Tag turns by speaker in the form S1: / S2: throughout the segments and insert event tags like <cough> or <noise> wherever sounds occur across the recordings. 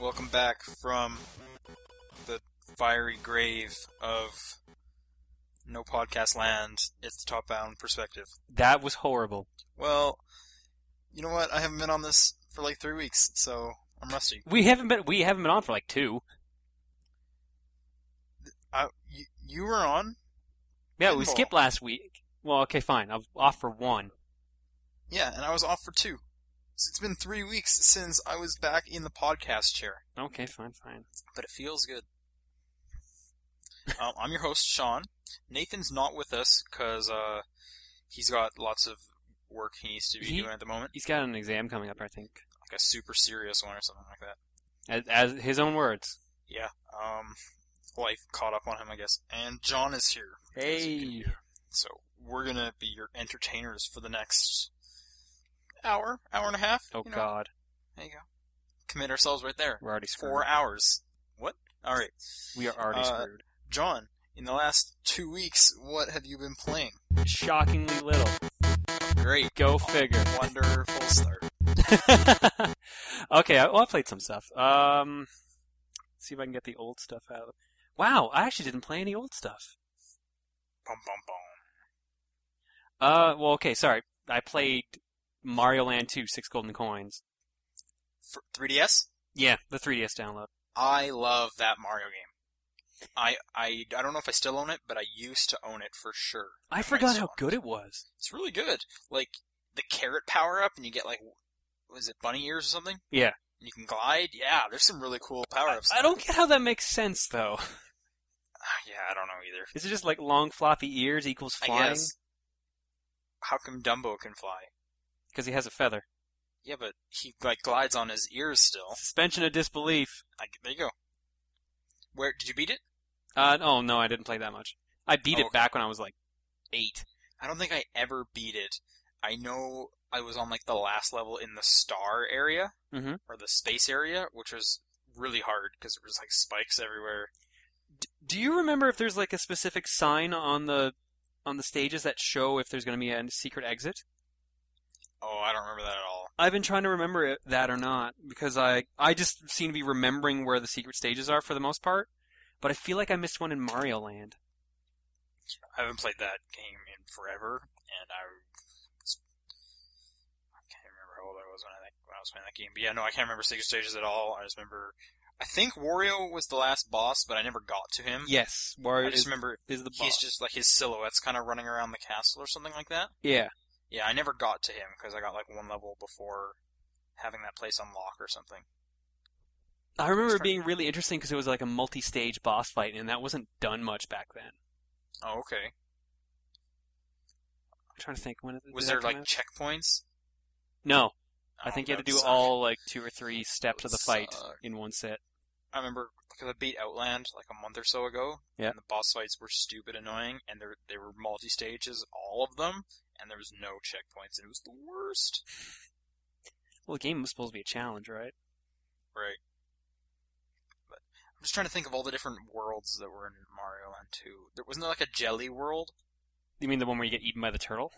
S1: Welcome back from the fiery grave of no podcast land. It's the top down perspective.
S2: That was horrible.
S1: Well, you know what? I haven't been on this for like three weeks, so I'm rusty.
S2: We haven't been we haven't been on for like two.
S1: I, you, you were on?
S2: Yeah, we
S1: Pinball.
S2: skipped last week. Well, okay, fine. I'll offer one.
S1: Yeah, and I was off for two. So it's been three weeks since I was back in the podcast chair,
S2: Okay, fine, fine.
S1: but it feels good. um, I'm your host, Sean. Nathan's not with us because uh, he's got lots of work he needs to be
S2: He-
S1: doing at the moment.
S2: He's got an exam coming up, I think.
S1: like a super serious one or something like that.
S2: As, as his own words.
S1: Yeah. Um, life caught up on him, I guess. And John is here.
S2: Hey.
S1: So we're gonna be your entertainers for the next hour, hour and a half.
S2: Oh
S1: you know?
S2: God,
S1: There you go. Commit ourselves right there.
S2: we're already screwed.
S1: Four hours. What? All right,
S2: We are already
S1: Uh,
S2: screwed.
S1: John. In the last two weeks, what have you been playing?
S2: Shockingly little.
S1: Great.
S2: Go figure. <laughs>
S1: Wonderful start.
S2: okay, I, well, I played some stuff. Um, see if I can get the old stuff out. Wow, I actually didn't play any old stuff.
S1: Bum bum bum.
S2: Uh, well, okay, sorry. I played Mario Land 2, six golden coins.
S1: For 3DS.
S2: Yeah, the 3DS download.
S1: I love that Mario game. I, I I don't know if I still own it, but I used to own it for sure.
S2: I
S1: Nice
S2: forgot how
S1: one.
S2: good it was.
S1: It's really good. Like the carrot power up, and you get like, was it bunny ears or something?
S2: Yeah.
S1: And you can glide. Yeah, there's some really cool power ups.
S2: I don't get how that makes sense, though.
S1: <sighs>
S2: <laughs>
S1: Yeah, I don't know either.
S2: Is it just like long floppy ears equals
S1: I
S2: flying?
S1: guess. How come Dumbo can fly?
S2: Because he has a feather.
S1: Yeah, but he like glides on his ears still.
S2: Suspension of disbelief.
S1: I, there you go. Where did you beat it?
S2: Uh, oh no, I didn't play that much. I beat
S1: Oh,
S2: it back when I was like eight.
S1: I don't think I ever beat it. I know I was on like the last level in the star area
S2: Mhm.
S1: or the space area, which was really hard because there was like spikes everywhere.
S2: D- do you remember if there's like a specific sign on the on the stages that show if there's going to be a secret exit?
S1: Oh, I don't remember that at all.
S2: I've been trying to remember it, that or not because I I just seem to be remembering where the secret stages are for the most part. But I feel like I missed one in Mario Land.
S1: I haven't played that game in forever, and I was, I can't remember how old I was when I when I was playing that game. But yeah, no, I can't remember secret stages at all. I just remember. I think Wario was the last boss, but I never got to him.
S2: Yes,
S1: Hmm. I
S2: Wario
S1: just
S2: is,
S1: remember
S2: is the
S1: he's
S2: boss.
S1: just like his silhouette's kind of running around the castle or something like that.
S2: yeah,
S1: Yeah, I never got to him because I got like one level before having that place unlock or something.
S2: I remember it
S1: Sorry.
S2: being really interesting because it was like a multi-stage boss fight, and that wasn't done much back then. I'm
S1: Oh, okay.
S2: trying to think when it,
S1: Was
S2: did
S1: there
S2: that come
S1: like
S2: out?
S1: checkpoints?
S2: no? I
S1: Oh,
S2: think you had
S1: that
S2: to do
S1: sucked.
S2: all like two or three steps
S1: That
S2: of the fight
S1: sucked.
S2: in one set.
S1: I remember because I beat Outland like a month or so ago.
S2: Yeah.
S1: And the boss fights were stupid annoying, and there they were multi stages, all of them, and there was no checkpoints, and it was the worst.
S2: Well, the game was supposed to be a challenge, right?
S1: Right. But I'm just trying to think of all the different worlds that were in Mario Land 2. There wasn't there like a jelly world.
S2: You mean the one where you get eaten by the turtle?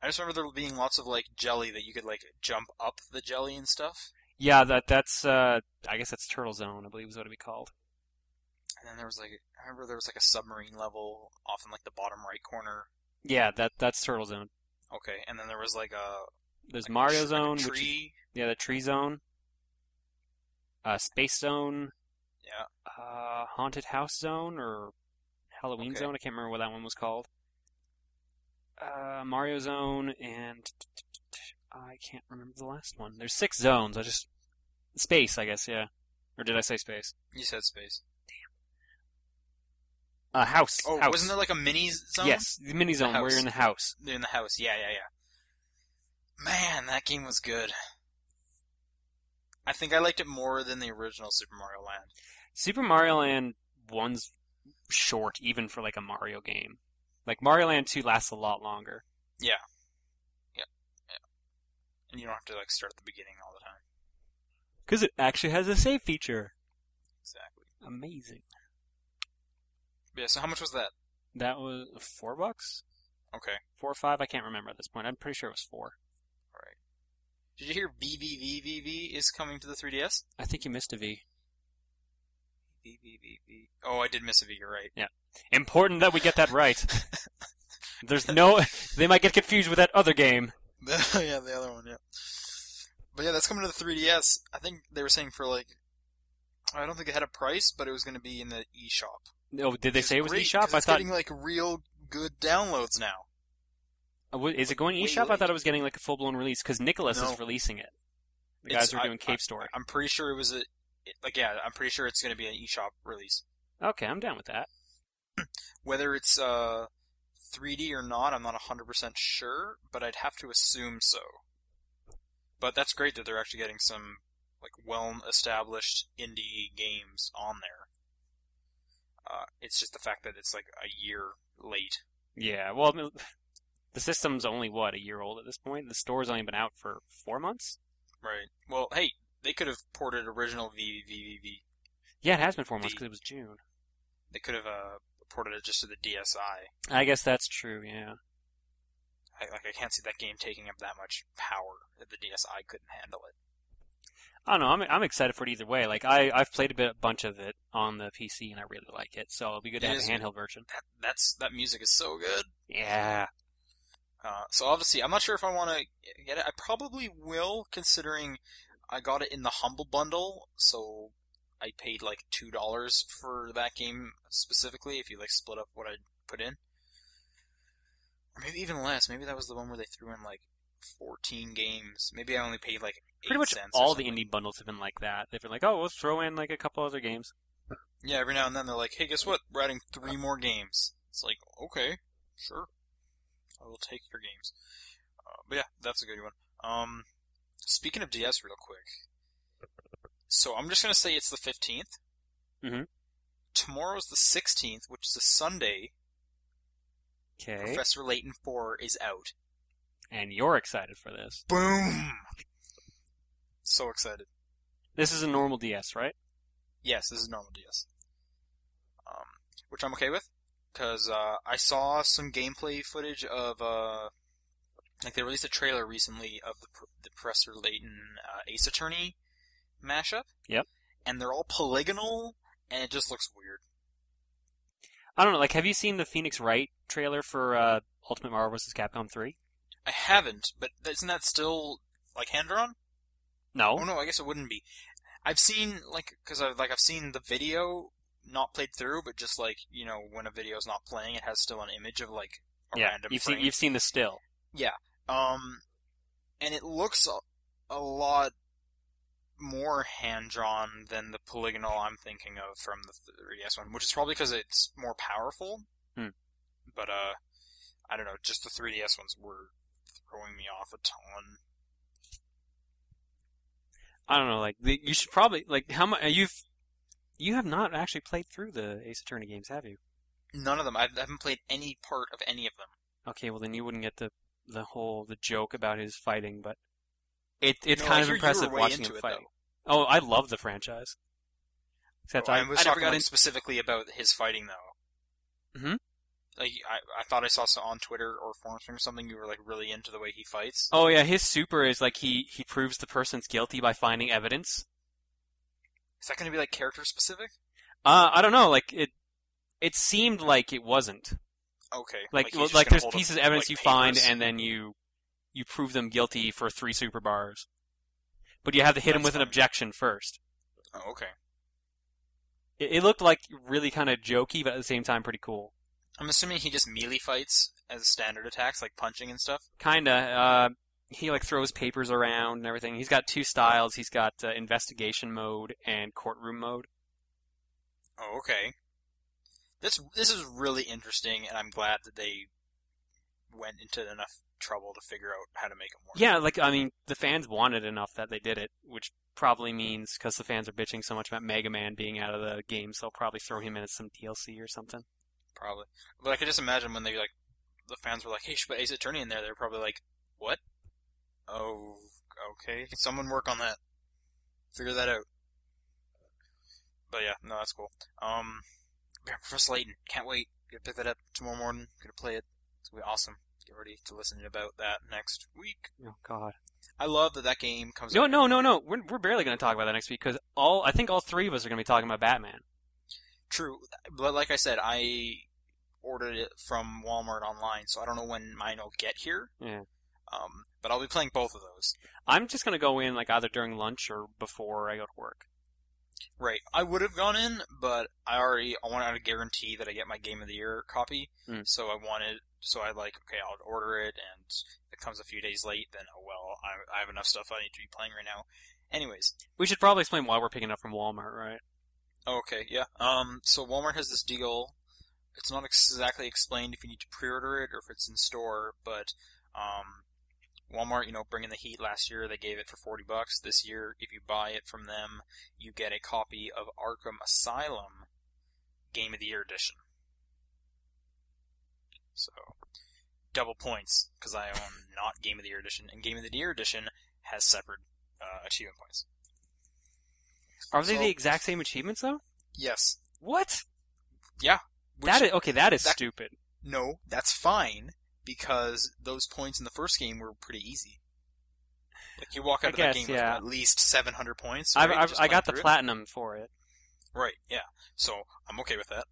S1: I just remember there being lots of like jelly that you could like jump up the jelly and stuff.
S2: Yeah, that that's uh, I guess that's Turtle Zone. I believe is what it'd be called.
S1: And then there was like I remember there was like a submarine level off in like the bottom right corner.
S2: Yeah, that that's Turtle Zone.
S1: Okay, and then there was like a
S2: There's
S1: like a
S2: Mario
S1: tr- like a
S2: Zone, which is,
S1: tree.
S2: yeah, the Tree Zone, uh, Space Zone,
S1: Yeah.
S2: uh, Haunted House Zone or Halloween
S1: Okay.
S2: Zone. I can't remember what that one was called. Uh, Mario Zone and I can't remember the last one. There's six zones. I just space, I guess. Yeah, or did I say space?
S1: You said space.
S2: Uh, house.
S1: Oh,
S2: house.
S1: wasn't there like a mini zone?
S2: Yes, the mini zone where
S1: house.
S2: you're in the house.
S1: They're in the house. Yeah, yeah, yeah. Man, that game was good. I think I liked it more than the original Super Mario Land.
S2: Super Mario Land one's short, even for like a Mario game. Like Mario Land two lasts a lot longer.
S1: And you don't have to like start at the beginning all the time.
S2: Because it actually has a save feature.
S1: Exactly.
S2: Amazing.
S1: Yeah, so how much was that?
S2: That was four bucks?
S1: Okay.
S2: Four or five? I can't remember at this point. I'm pretty sure it was four.
S1: All right. Did you hear BBVVV is coming to the 3DS?
S2: I think you missed a V.
S1: BBVV. Oh, I did miss a V. You're right.
S2: Important that we get
S1: <laughs>
S2: that right. There's no. They might get confused with that other game.
S1: The, <laughs> yeah, the other one, yeah. But yeah, that's coming to the 3DS. I think they were saying for like, I don't think they had a price, but it was going to be in the eShop.
S2: Oh, did
S1: Which
S2: they
S1: is
S2: say it was
S1: great, 'cause
S2: eShop? I
S1: it's
S2: thought.
S1: getting like real good downloads now.
S2: Uh, wh- Is it going
S1: way
S2: eShop? I
S1: late.
S2: thought it was getting like a full blown release because Nicholas
S1: No.
S2: is releasing it. The
S1: It's-
S2: guys who are
S1: I-
S2: doing Cave Story.
S1: I'm pretty sure it was a, it- like yeah, I'm pretty sure it's going to be an eShop release.
S2: okay, I'm down with that.
S1: Whether it's uh 3D or not, I'm not 100% sure, but I'd have to assume so. But that's great that they're actually getting some like well-established indie games on there. Uh, it's just the fact that it's like a year late.
S2: Yeah, well, I mean, the system's only what a year old at this point. The store's only been out for four months.
S1: Right. Well, hey, they could have ported original VVVV.
S2: Yeah, it has been four months
S1: The-
S2: because it was June.
S1: They could have uh, ported it just to the DSi.
S2: I guess that's true. Yeah,
S1: I, like I can't see that game taking up that much power that the DSi couldn't handle it.
S2: I don't know. I'm I'm excited for it either way. Like I I've played a bit a bunch of it on the PC and I really like it, so it'll be good to
S1: It
S2: have
S1: is-
S2: a handheld version.
S1: That that's that music is so good.
S2: Yeah,
S1: Uh, so obviously, I'm not sure if I want to get it. I probably will, considering I got it in the humble bundle, so I paid like two dollars for that game specifically. If you like split up what I put in, or maybe even less. Maybe that was the one where they threw in like 14 games. Maybe I only paid like eight
S2: pretty much
S1: cents or
S2: all the
S1: something.
S2: indie bundles have been like that. They've been like, oh, let's throw in like a couple other games.
S1: Yeah, every now and then they're like, "Hey, guess what? We're adding three more games." It's like, okay, sure, I will take your games. Uh, but yeah, that's a good one. Um, speaking of DS, real quick. So I'm just gonna say it's the 15th.
S2: Mhm.
S1: Tomorrow's the 16th, which is a Sunday.
S2: Okay,
S1: Professor Layton 4 is out.
S2: and you're excited for this.
S1: Boom! So excited.
S2: This is a normal DS, right?
S1: Yes, this is normal DS. Um, which I'm okay with, because uh, I saw some gameplay footage of uh, like they released a trailer recently of the, pr- the Professor Layton uh, Ace Attorney mashup.
S2: Yep.
S1: And they're all polygonal, and it just looks weird.
S2: I don't know. Like, have you seen the Phoenix Wright trailer for uh, Ultimate Marvel vs. Capcom 3?
S1: I haven't, but isn't that still like hand drawn?
S2: No.
S1: Oh no, I guess it wouldn't be. I've seen like because I've like I've seen the video not played through, but just like you know when a video's not playing, it has still an image of like a
S2: yeah,
S1: random
S2: you've
S1: frame.
S2: seen you've seen the still.
S1: Um, and it looks a, a lot more hand drawn than the polygonal I'm thinking of from the 3DS one, which is probably because it's more powerful.
S2: Hmm.
S1: But uh, I don't know. Just the 3DS ones were throwing me off a ton.
S2: I don't know. Like, the, you should probably like how much you've you have not actually played through the Ace Attorney games, have you?
S1: None of them. I haven't played any part of any of them.
S2: Okay, well then you wouldn't get the the whole the joke about his fighting, but it it's
S1: No, I
S2: kind
S1: hear
S2: of
S1: you were
S2: impressive
S1: way
S2: watching
S1: into
S2: him
S1: it,
S2: fight. Oh, I love the franchise. Except
S1: Oh,
S2: I,
S1: I was
S2: I never
S1: talking
S2: got
S1: like,
S2: into.
S1: specifically about his fighting though.
S2: Mhm.
S1: Like I, I thought I saw so- on Twitter or Formspring or something. You were like really into the way he fights.
S2: Oh yeah, his super is like he he proves the person's guilty by finding evidence.
S1: Is that going to be like character specific?
S2: Uh, I don't know. Like it, it seemed like it wasn't.
S1: Okay.
S2: Like
S1: he's
S2: well,
S1: just
S2: like
S1: gonna
S2: there's
S1: hold up,
S2: pieces of evidence
S1: like,
S2: you find,
S1: papers.
S2: and then you you prove them guilty for three super bars. But you have to hit him
S1: That's
S2: with an
S1: fine.
S2: objection first.
S1: Oh, okay.
S2: It, it looked like really kind of jokey, but at the same time pretty cool.
S1: I'm assuming he just melee fights as standard attacks, like punching and stuff.
S2: Kinda. Uh, he like throws papers around and everything. He's got two styles. He's got uh, investigation mode and courtroom mode.
S1: Oh, okay. This this is really interesting, and I'm glad that they went into enough trouble to figure out how to make it work.
S2: Yeah, like I mean, the fans wanted enough that they did it, which probably means because the fans are bitching so much about Mega Man being out of the game, so they'll probably throw him in as some DLC or something.
S1: probably. But I could just imagine when they like the fans were like, "Hey, should put Ace Attorney in there." They're probably like, "What? Oh, okay. Can someone work on that? Figure that out." But yeah, no, that's cool. Um, yeah, Professor Layton, can't wait. Gonna pick that up tomorrow morning. Gonna play it. It's gonna be awesome. Get ready to listen about that next week.
S2: Oh God.
S1: I love that that game comes.
S2: No,
S1: out-
S2: no, no, no. We're we're barely going to talk about that next week because all I think all three of us are going to be talking about Batman.
S1: True, but like I said, I ordered it from Walmart online, so I don't know when mine will get here.
S2: Yeah.
S1: Um, but I'll be playing both of those.
S2: I'm just going to go in like either during lunch or before I go to work.
S1: Right. I would have gone in, but I already I wanted to guarantee that I get my game of the year copy.
S2: Mm.
S1: So I wanted. So I like okay, I'll order it, and if it comes a few days late, then oh well. I, I have enough stuff I need to be playing right now. Anyways,
S2: We should probably explain why we're picking up from Walmart, right?
S1: Okay, yeah. Um, so Walmart has this deal. It's not exactly explained if you need to pre-order it or if it's in store, but um, Walmart, you know, bringing the heat last year, they gave it for forty bucks. This year, if you buy it from them, you get a copy of Arkham Asylum Game of the Year edition. So, double points because I own not Game of the Year edition, and Game of the Year edition has separate uh, achievement points.
S2: Are they
S1: So-
S2: the exact same achievements though?
S1: Yes,
S2: What?
S1: Which-
S2: that is okay. That is
S1: that-
S2: stupid.
S1: No, that's fine because those points in the first game were pretty easy. Like you walk
S2: I
S1: out of that
S2: guess,
S1: game
S2: yeah.
S1: with at least 700 points.
S2: I've,
S1: right?
S2: I've,
S1: Just
S2: I
S1: playing
S2: got the
S1: through it.
S2: platinum for it.
S1: Right, yeah. So I'm okay with that.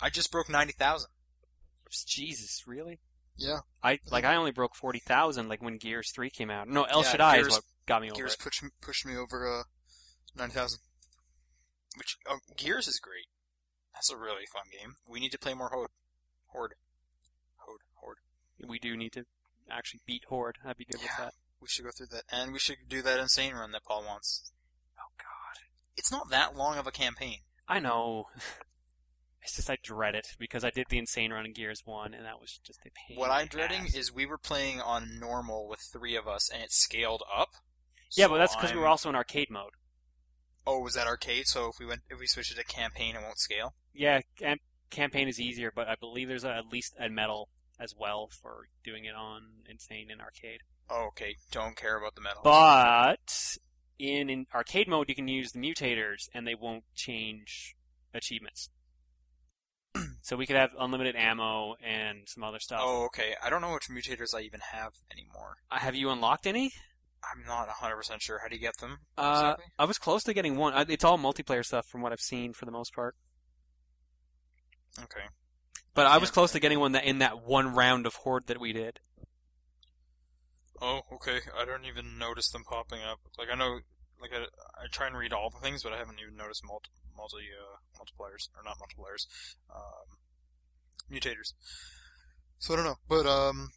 S1: I just broke 90,000.
S2: Jesus, really?
S1: Yeah.
S2: I like I only broke forty thousand like when Gears three came out. No, El
S1: Yeah,
S2: Shaddai
S1: Gears-
S2: is what got me over
S1: Gears
S2: it.
S1: pushed pushed me over uh 9,000. Which oh, Gears is great. That's a really fun game. We need to play more Horde. Horde. Horde. Horde.
S2: We do need to actually beat Horde. I'd be good with
S1: Yeah.
S2: that.
S1: We should go through that, and we should do that insane run that Paul wants.
S2: Oh God,
S1: It's not that long of a campaign.
S2: I know. <laughs> It's just I dread it because I did the insane run in Gears one, and that was just a pain.
S1: What
S2: in
S1: I'm
S2: the
S1: dreading
S2: ass.
S1: is we were playing on normal with three of us, and it scaled up.
S2: yeah,
S1: So
S2: but that's because we
S1: I'm-
S2: were also in arcade mode.
S1: Oh, was that arcade? So if we went, if we switch it to campaign, it won't scale.
S2: Yeah, cam- campaign is easier, but I believe there's a, at least a medal as well for doing it on insane and arcade.
S1: Oh, okay, don't care about the metal.
S2: But in, in arcade mode, you can use the mutators, and they won't change achievements. <clears throat> so we could have unlimited ammo and some other stuff.
S1: oh, okay. I don't know which mutators I even have anymore.
S2: Uh, Have you unlocked any?
S1: I'm not 100 percent sure. How do you get them?
S2: Uh,
S1: exactly?
S2: I was close to getting one. I- It's all multiplayer stuff from what I've seen for the most part.
S1: Okay.
S2: But I was
S1: Yeah.
S2: close to getting one that in that one round of horde that we did.
S1: Oh, okay. I don't even notice them popping up. Like I know, like I, I try and read all the things, but I haven't even noticed multi multi uh, multipliers or not multipliers, um, mutators. So I don't know, but um,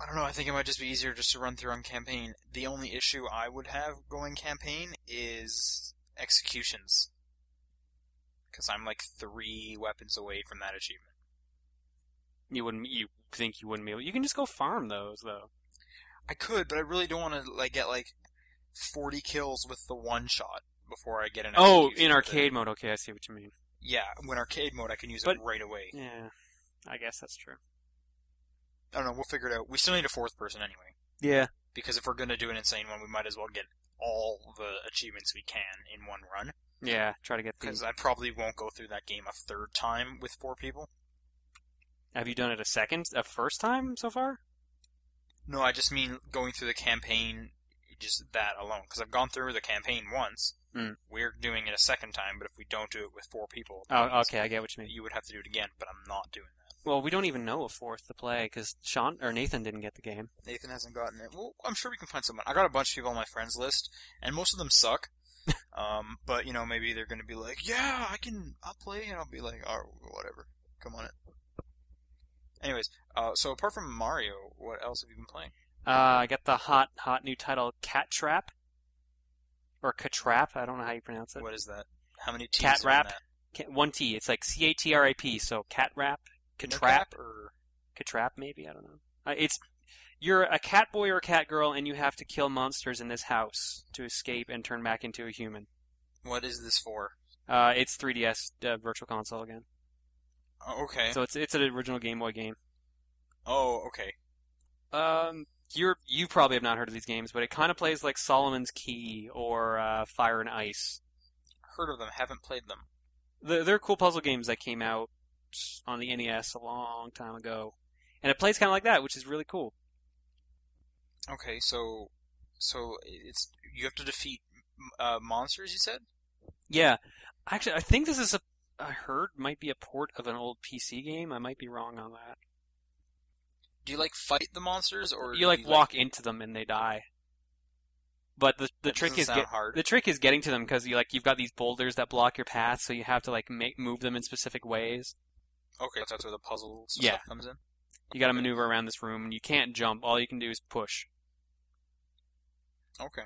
S1: I don't know. I think it might just be easier just to run through on campaign. The only issue I would have going campaign is executions, because I'm like three weapons away from that achievement.
S2: You wouldn't. You think you wouldn't be able? You can just go farm those though.
S1: I could, but I really don't want to like get like forty kills with the one shot before I get an.
S2: Oh,
S1: execution with
S2: in arcade
S1: It.
S2: mode. Okay, I see what you mean.
S1: Yeah, when arcade mode, I can use
S2: But-
S1: it right away.
S2: Yeah, I guess that's true.
S1: I don't know. We'll figure it out. We still need a fourth person anyway,
S2: Yeah.
S1: because if we're gonna do an insane one, we might as well get all the achievements we can in one run.
S2: Yeah. Try to get the
S1: Because I probably won't go through that game a third time with four people.
S2: Have you done it a second, a first time so far?
S1: No, I just mean going through the campaign, just that alone. Because I've gone through the campaign once.
S2: Mm.
S1: We're doing it a second time, but if we don't do it with four people,
S2: Oh, okay, I get what you mean.
S1: you would have to do it again. But I'm not doing. that.
S2: Well, we don't even know a fourth to play because Sean or Nathan didn't get the game.
S1: Nathan hasn't gotten it. Well, I'm sure we can find someone. I got a bunch of people on my friends list, and most of them suck.
S2: <laughs>
S1: um, but you know, maybe they're gonna be like, "Yeah, I can. I'll play," and I'll be like, "Oh, whatever. Come on it." Anyways, uh, so apart from Mario, what else have you been playing?
S2: Uh, I got the hot, hot new title, Cat Trap, or Catrap. I don't know how you pronounce it.
S1: What is that? How many T's
S2: Cat
S1: are in
S2: rap?
S1: that?
S2: Ca- One T. It's like C A T R A P. So Cat Rap,
S1: No
S2: Catrap,
S1: cap or
S2: Catrap. Maybe I don't know. Uh, it's you're a cat boy or a cat girl, and you have to kill monsters in this house to escape and turn back into a human.
S1: what is this for?
S2: Uh, it's 3DS uh, Virtual Console again.
S1: Oh, okay.
S2: So it's it's an original Game Boy game.
S1: oh, okay.
S2: Um, you're you probably have not heard of these games, but it kind of plays like Solomon's Key or uh, Fire and Ice.
S1: Heard of them? Haven't played them.
S2: E They're, they're cool puzzle games that came out on the NES a long time ago, and it plays kind of like that, which is really cool.
S1: Okay, so so it's you have to defeat uh, monsters. You said.
S2: Yeah, actually, I think this is a I heard might be a port of an old PC game. I might be wrong on that.
S1: Do you like fight the monsters, or
S2: you like
S1: do
S2: walk into them and they die. But the the
S1: That
S2: trick
S1: doesn't
S2: is
S1: sound
S2: get,
S1: hard.
S2: the trick is getting to them because you like you've got these boulders that block your path, so you have to like make, move them in specific ways.
S1: Okay, that's where the puzzle stuff
S2: Yeah.
S1: comes in.
S2: You got to maneuver around this room, and you can't jump. All you can do is push.
S1: Okay.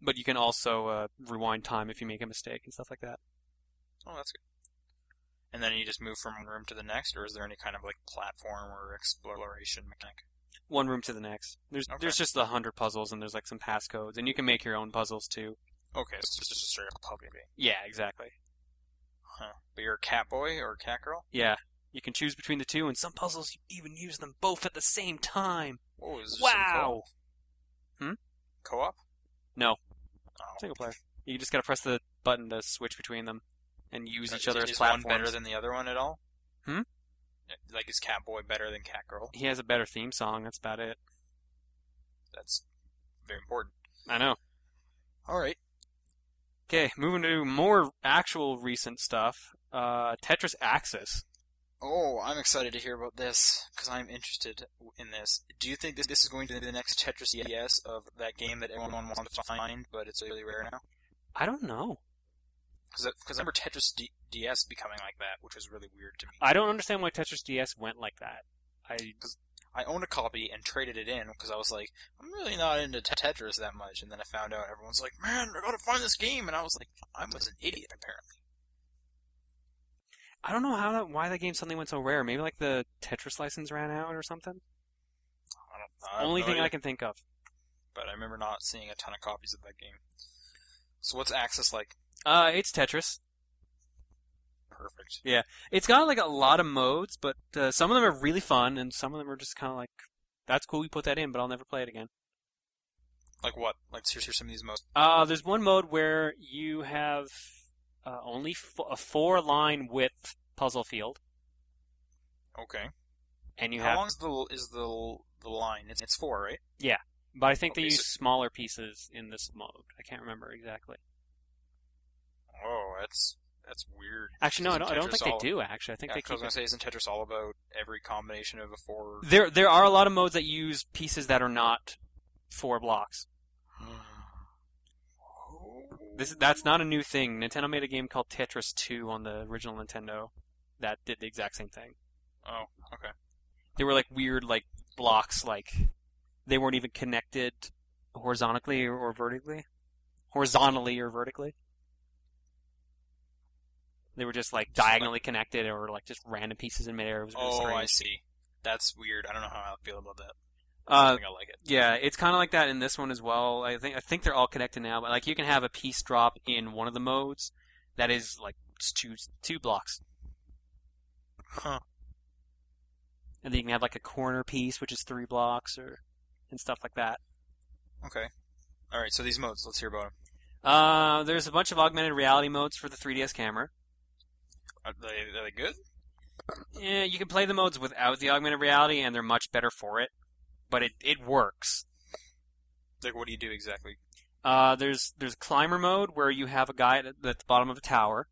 S2: But you can also uh, rewind time if you make a mistake and stuff like that.
S1: Oh, that's good. And then you just move from one room to the next, or is there any kind of like platform or exploration mechanic?
S2: One room to the next. There's
S1: Okay.
S2: there's just the hundred puzzles, and there's like some passcodes, and you can make your own puzzles too.
S1: Okay, so it's just a straight up puzzle game.
S2: Yeah, exactly.
S1: Huh. But you're a cat boy or a cat girl?
S2: Yeah, you can choose between the two, and some puzzles you even use them both at the same time.
S1: Whoa, is this in
S2: Wow. Hmm?
S1: Co-op? Co-op?
S2: No.
S1: Oh.
S2: Single player. You just gotta press the button to switch between them and use each other as
S1: Uh, is
S2: platforms.
S1: one better than the other one at all?
S2: Hmm?
S1: Like is cat boy better than cat girl?
S2: He has a better theme song. That's about it.
S1: That's very important.
S2: I know.
S1: All right.
S2: Okay, moving to more actual recent stuff. Uh, Tetris Axis.
S1: Oh, I'm excited to hear about this because I'm interested in this. Do you think this, this is going to be the next Tetris DS of that game that everyone wants to find, but it's really rare now?
S2: I don't know.
S1: Because I remember Tetris D- DS becoming like that, which was really weird to me.
S2: I don't understand why Tetris DS went like that. I
S1: I owned a copy and traded it in because I was like, I'm really not into Te- Tetris that much. And then I found out everyone's like, man, I gotta find this game. And I was like, I was an idiot, apparently.
S2: I don't know how that why that game suddenly went so rare. Maybe like the Tetris license ran out or something.
S1: I don't, I have
S2: Only
S1: no
S2: thing
S1: idea.
S2: I can think of.
S1: But I remember not seeing a ton of copies of that game. So what's Axis like?
S2: Uh, it's Tetris.
S1: Perfect.
S2: It's got like a lot of modes, but uh, some of them are really fun, and some of them are just kind of like, that's cool. You put that in, but I'll never play it again.
S1: Like what? Like, here's, here's some of these most.
S2: Uh, there's one mode where you have uh, only f- a four line width puzzle field,
S1: Okay.
S2: and you
S1: How
S2: have.
S1: long is the is the the line? It's it's four, right?
S2: But I think they
S1: Okay,
S2: use
S1: so-
S2: smaller pieces in this mode. I can't remember exactly.
S1: Oh, that's that's weird.
S2: Actually, no, I
S1: Isn't
S2: don't, I don't
S1: Tetris
S2: think they
S1: all-
S2: do. Actually, I think
S1: Yeah,
S2: they
S1: 'cause I was
S2: keep.
S1: gonna
S2: It.
S1: say, isn't Tetris all about every combination of a four?
S2: There, there are a lot of modes that use pieces that are not four blocks. Hmm. This, that's not a new thing. Nintendo made a game called Tetris 2 on the original Nintendo that did the exact same thing.
S1: Oh, okay.
S2: they were like weird like blocks like they weren't even connected horizontally or, or vertically horizontally or vertically they were just like
S1: like-
S2: diagonally connected or like just random pieces in midair. It was really
S1: Oh, I
S2: strange.
S1: see. That's weird. I don't know how I feel about that. I
S2: Uh,
S1: don't think I like it.
S2: yeah, it's kind of like that in this one as well. I think I think they're all connected now, but like you can have a piece drop in one of the modes that is like just two two blocks,
S1: Huh.
S2: and then you can have like a corner piece which is three blocks or and stuff like that.
S1: Okay. All right. So these modes. Let's hear about them.
S2: Uh, there's a bunch of augmented reality modes for the 3DS camera.
S1: Are they, are they good?
S2: Yeah, Eh, you can play the modes without the augmented reality, and they're much better for it. But it, it works.
S1: Like, what do you do exactly?
S2: Uh, there's there's climber mode where you have a guy at, at the bottom of a tower,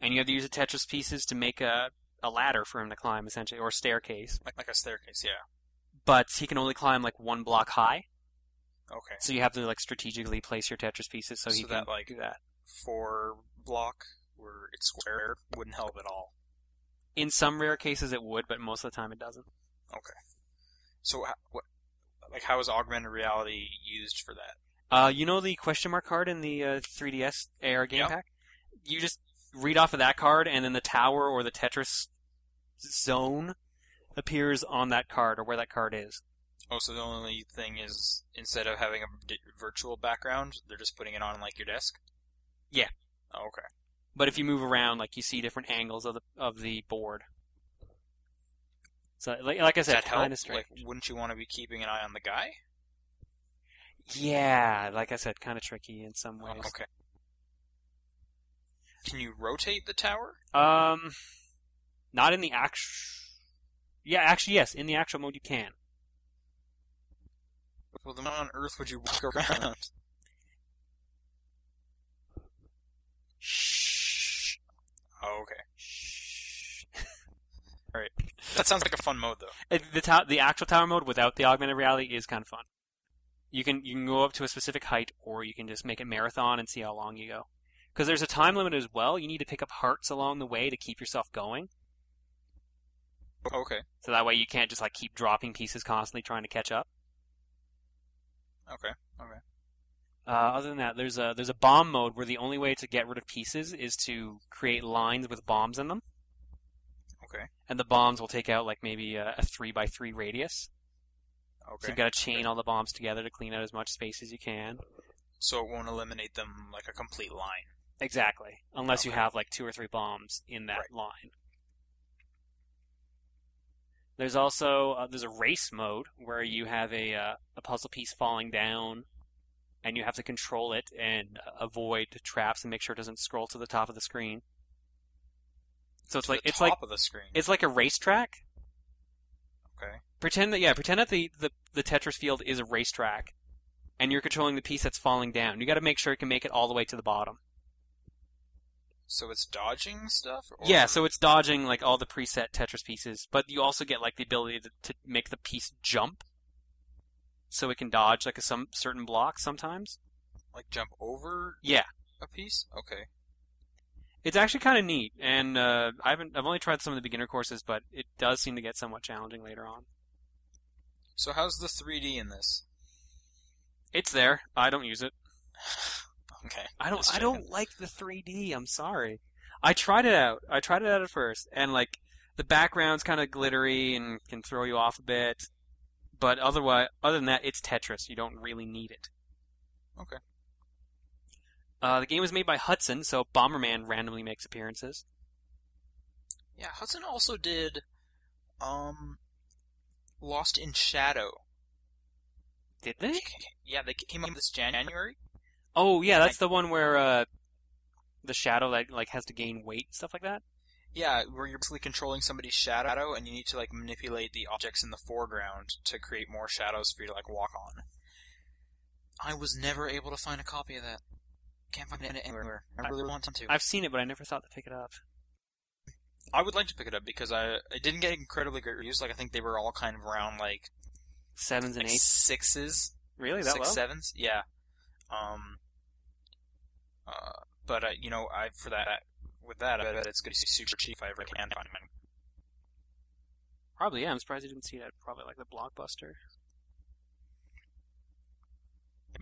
S2: and you have to use the Tetris pieces to make a a ladder for him to climb, essentially, or staircase.
S1: Like, like a staircase. Yeah.
S2: But he can only climb like one block high,
S1: Okay.
S2: so you have to like strategically place your Tetris pieces so he
S1: So
S2: can
S1: that, like-
S2: do that.
S1: Four block where it's square wouldn't help at all.
S2: In some rare cases, it would, but most of the time, it doesn't.
S1: So h- what? Like, how is augmented reality used for that?
S2: Uh, you know the question mark card in the uh, 3DS AR game
S1: Yeah.
S2: pack? You just read off of that card, and then the tower or the Tetris zone appears on that card or where that card is.
S1: Oh, so the only thing is instead of having a di- virtual background, they're just putting it on like your desk.
S2: Yeah.
S1: Oh, okay.
S2: But if you move around, like you see different angles of the of the board. So, like, like I
S1: Does
S2: said,
S1: that help?
S2: kind of strange.
S1: Like, wouldn't you want to be keeping an eye on the guy?
S2: Yeah, like I said, kind of tricky in some
S1: Oh,
S2: ways.
S1: okay. Can you rotate the tower?
S2: Um, not in the act. Yeah, actually, yes. In the actual mode, you can.
S1: Well, then why on earth would you walk <laughs> around?
S2: Shh.
S1: Oh, okay.
S2: Shh.
S1: That sounds like a fun mode, though.
S2: Uh, The tow- the actual tower mode without the augmented reality is kind of fun. You can you can go up to a specific height, or you can just make it marathon and see how long you go. Because there's a time limit as well. You need to pick up hearts along the way to keep yourself going.
S1: Okay.
S2: So that way you can't just like keep dropping pieces constantly trying to catch up.
S1: Okay.
S2: Uh, other than that, there's a there's a bomb mode where the only way to get rid of pieces is to create lines with bombs in them,
S1: Okay.
S2: and the bombs will take out like maybe a, a three by three radius. So
S1: Okay.
S2: you've got to chain all the bombs together to clean out as much space as you can.
S1: So it won't eliminate them like a complete line.
S2: Exactly. Unless you
S1: Okay.
S2: have like two or three bombs in that
S1: Right.
S2: line. There's also uh, there's a race mode where you have a uh, a puzzle piece falling down, and you have to control it and uh, avoid traps and make sure it doesn't scroll to the top of the screen. So it's
S1: To
S2: like
S1: the
S2: it's
S1: top
S2: like
S1: of the screen.
S2: it's like a racetrack.
S1: okay.
S2: Pretend that yeah, pretend that the, the the Tetris field is a racetrack, and you're controlling the piece that's falling down. You got to make sure it can make it all the way to the bottom.
S1: So it's dodging stuff. Or
S2: Yeah, so it's dodging like all the preset Tetris pieces, but you also get like the ability to, to make the piece jump, so it can dodge like a some certain block sometimes.
S1: like jump over
S2: Yeah,
S1: a piece. Okay.
S2: it's actually kind of neat, and uh, I haven't I've only tried some of the beginner courses, but it does seem to get somewhat challenging later on.
S1: So how's the 3D in this?
S2: It's there. I don't use it.
S1: <sighs> okay.
S2: I don't.
S1: Just
S2: I don't like the 3D. I'm sorry. I tried it out. I tried it out at first, and like the background's kind of glittery and can throw you off a bit. But otherwise, other than that, it's Tetris. You don't really need it.
S1: Okay.
S2: Uh, the game was made by Hudson, so Bomberman randomly makes appearances.
S1: Yeah, Hudson also did, um, Lost in Shadow.
S2: Did they?
S1: Yeah, they came out this January.
S2: Oh yeah, that's the one where uh, the shadow that like has to gain weight, stuff like that.
S1: Yeah, where you're basically controlling somebody's shadow, and you need to like manipulate the objects in the foreground to create more shadows for you to like walk on. I was never able to find a copy of that. Can't find it anywhere. I really want to.
S2: I've seen it, but I never thought to pick it up.
S1: I would like to pick it up because I it didn't get incredibly great reviews. Like I think they were all kind of around like,
S2: Sevens and
S1: like
S2: eights.
S1: sixes,
S2: Really? That
S1: six
S2: low?
S1: sevens. Yeah. Um. Uh, but uh, you know, I for that with that, I bet it's going to be super cheap if I ever can find one.
S2: Probably, yeah. I'm surprised you didn't see that. Probably like the blockbuster.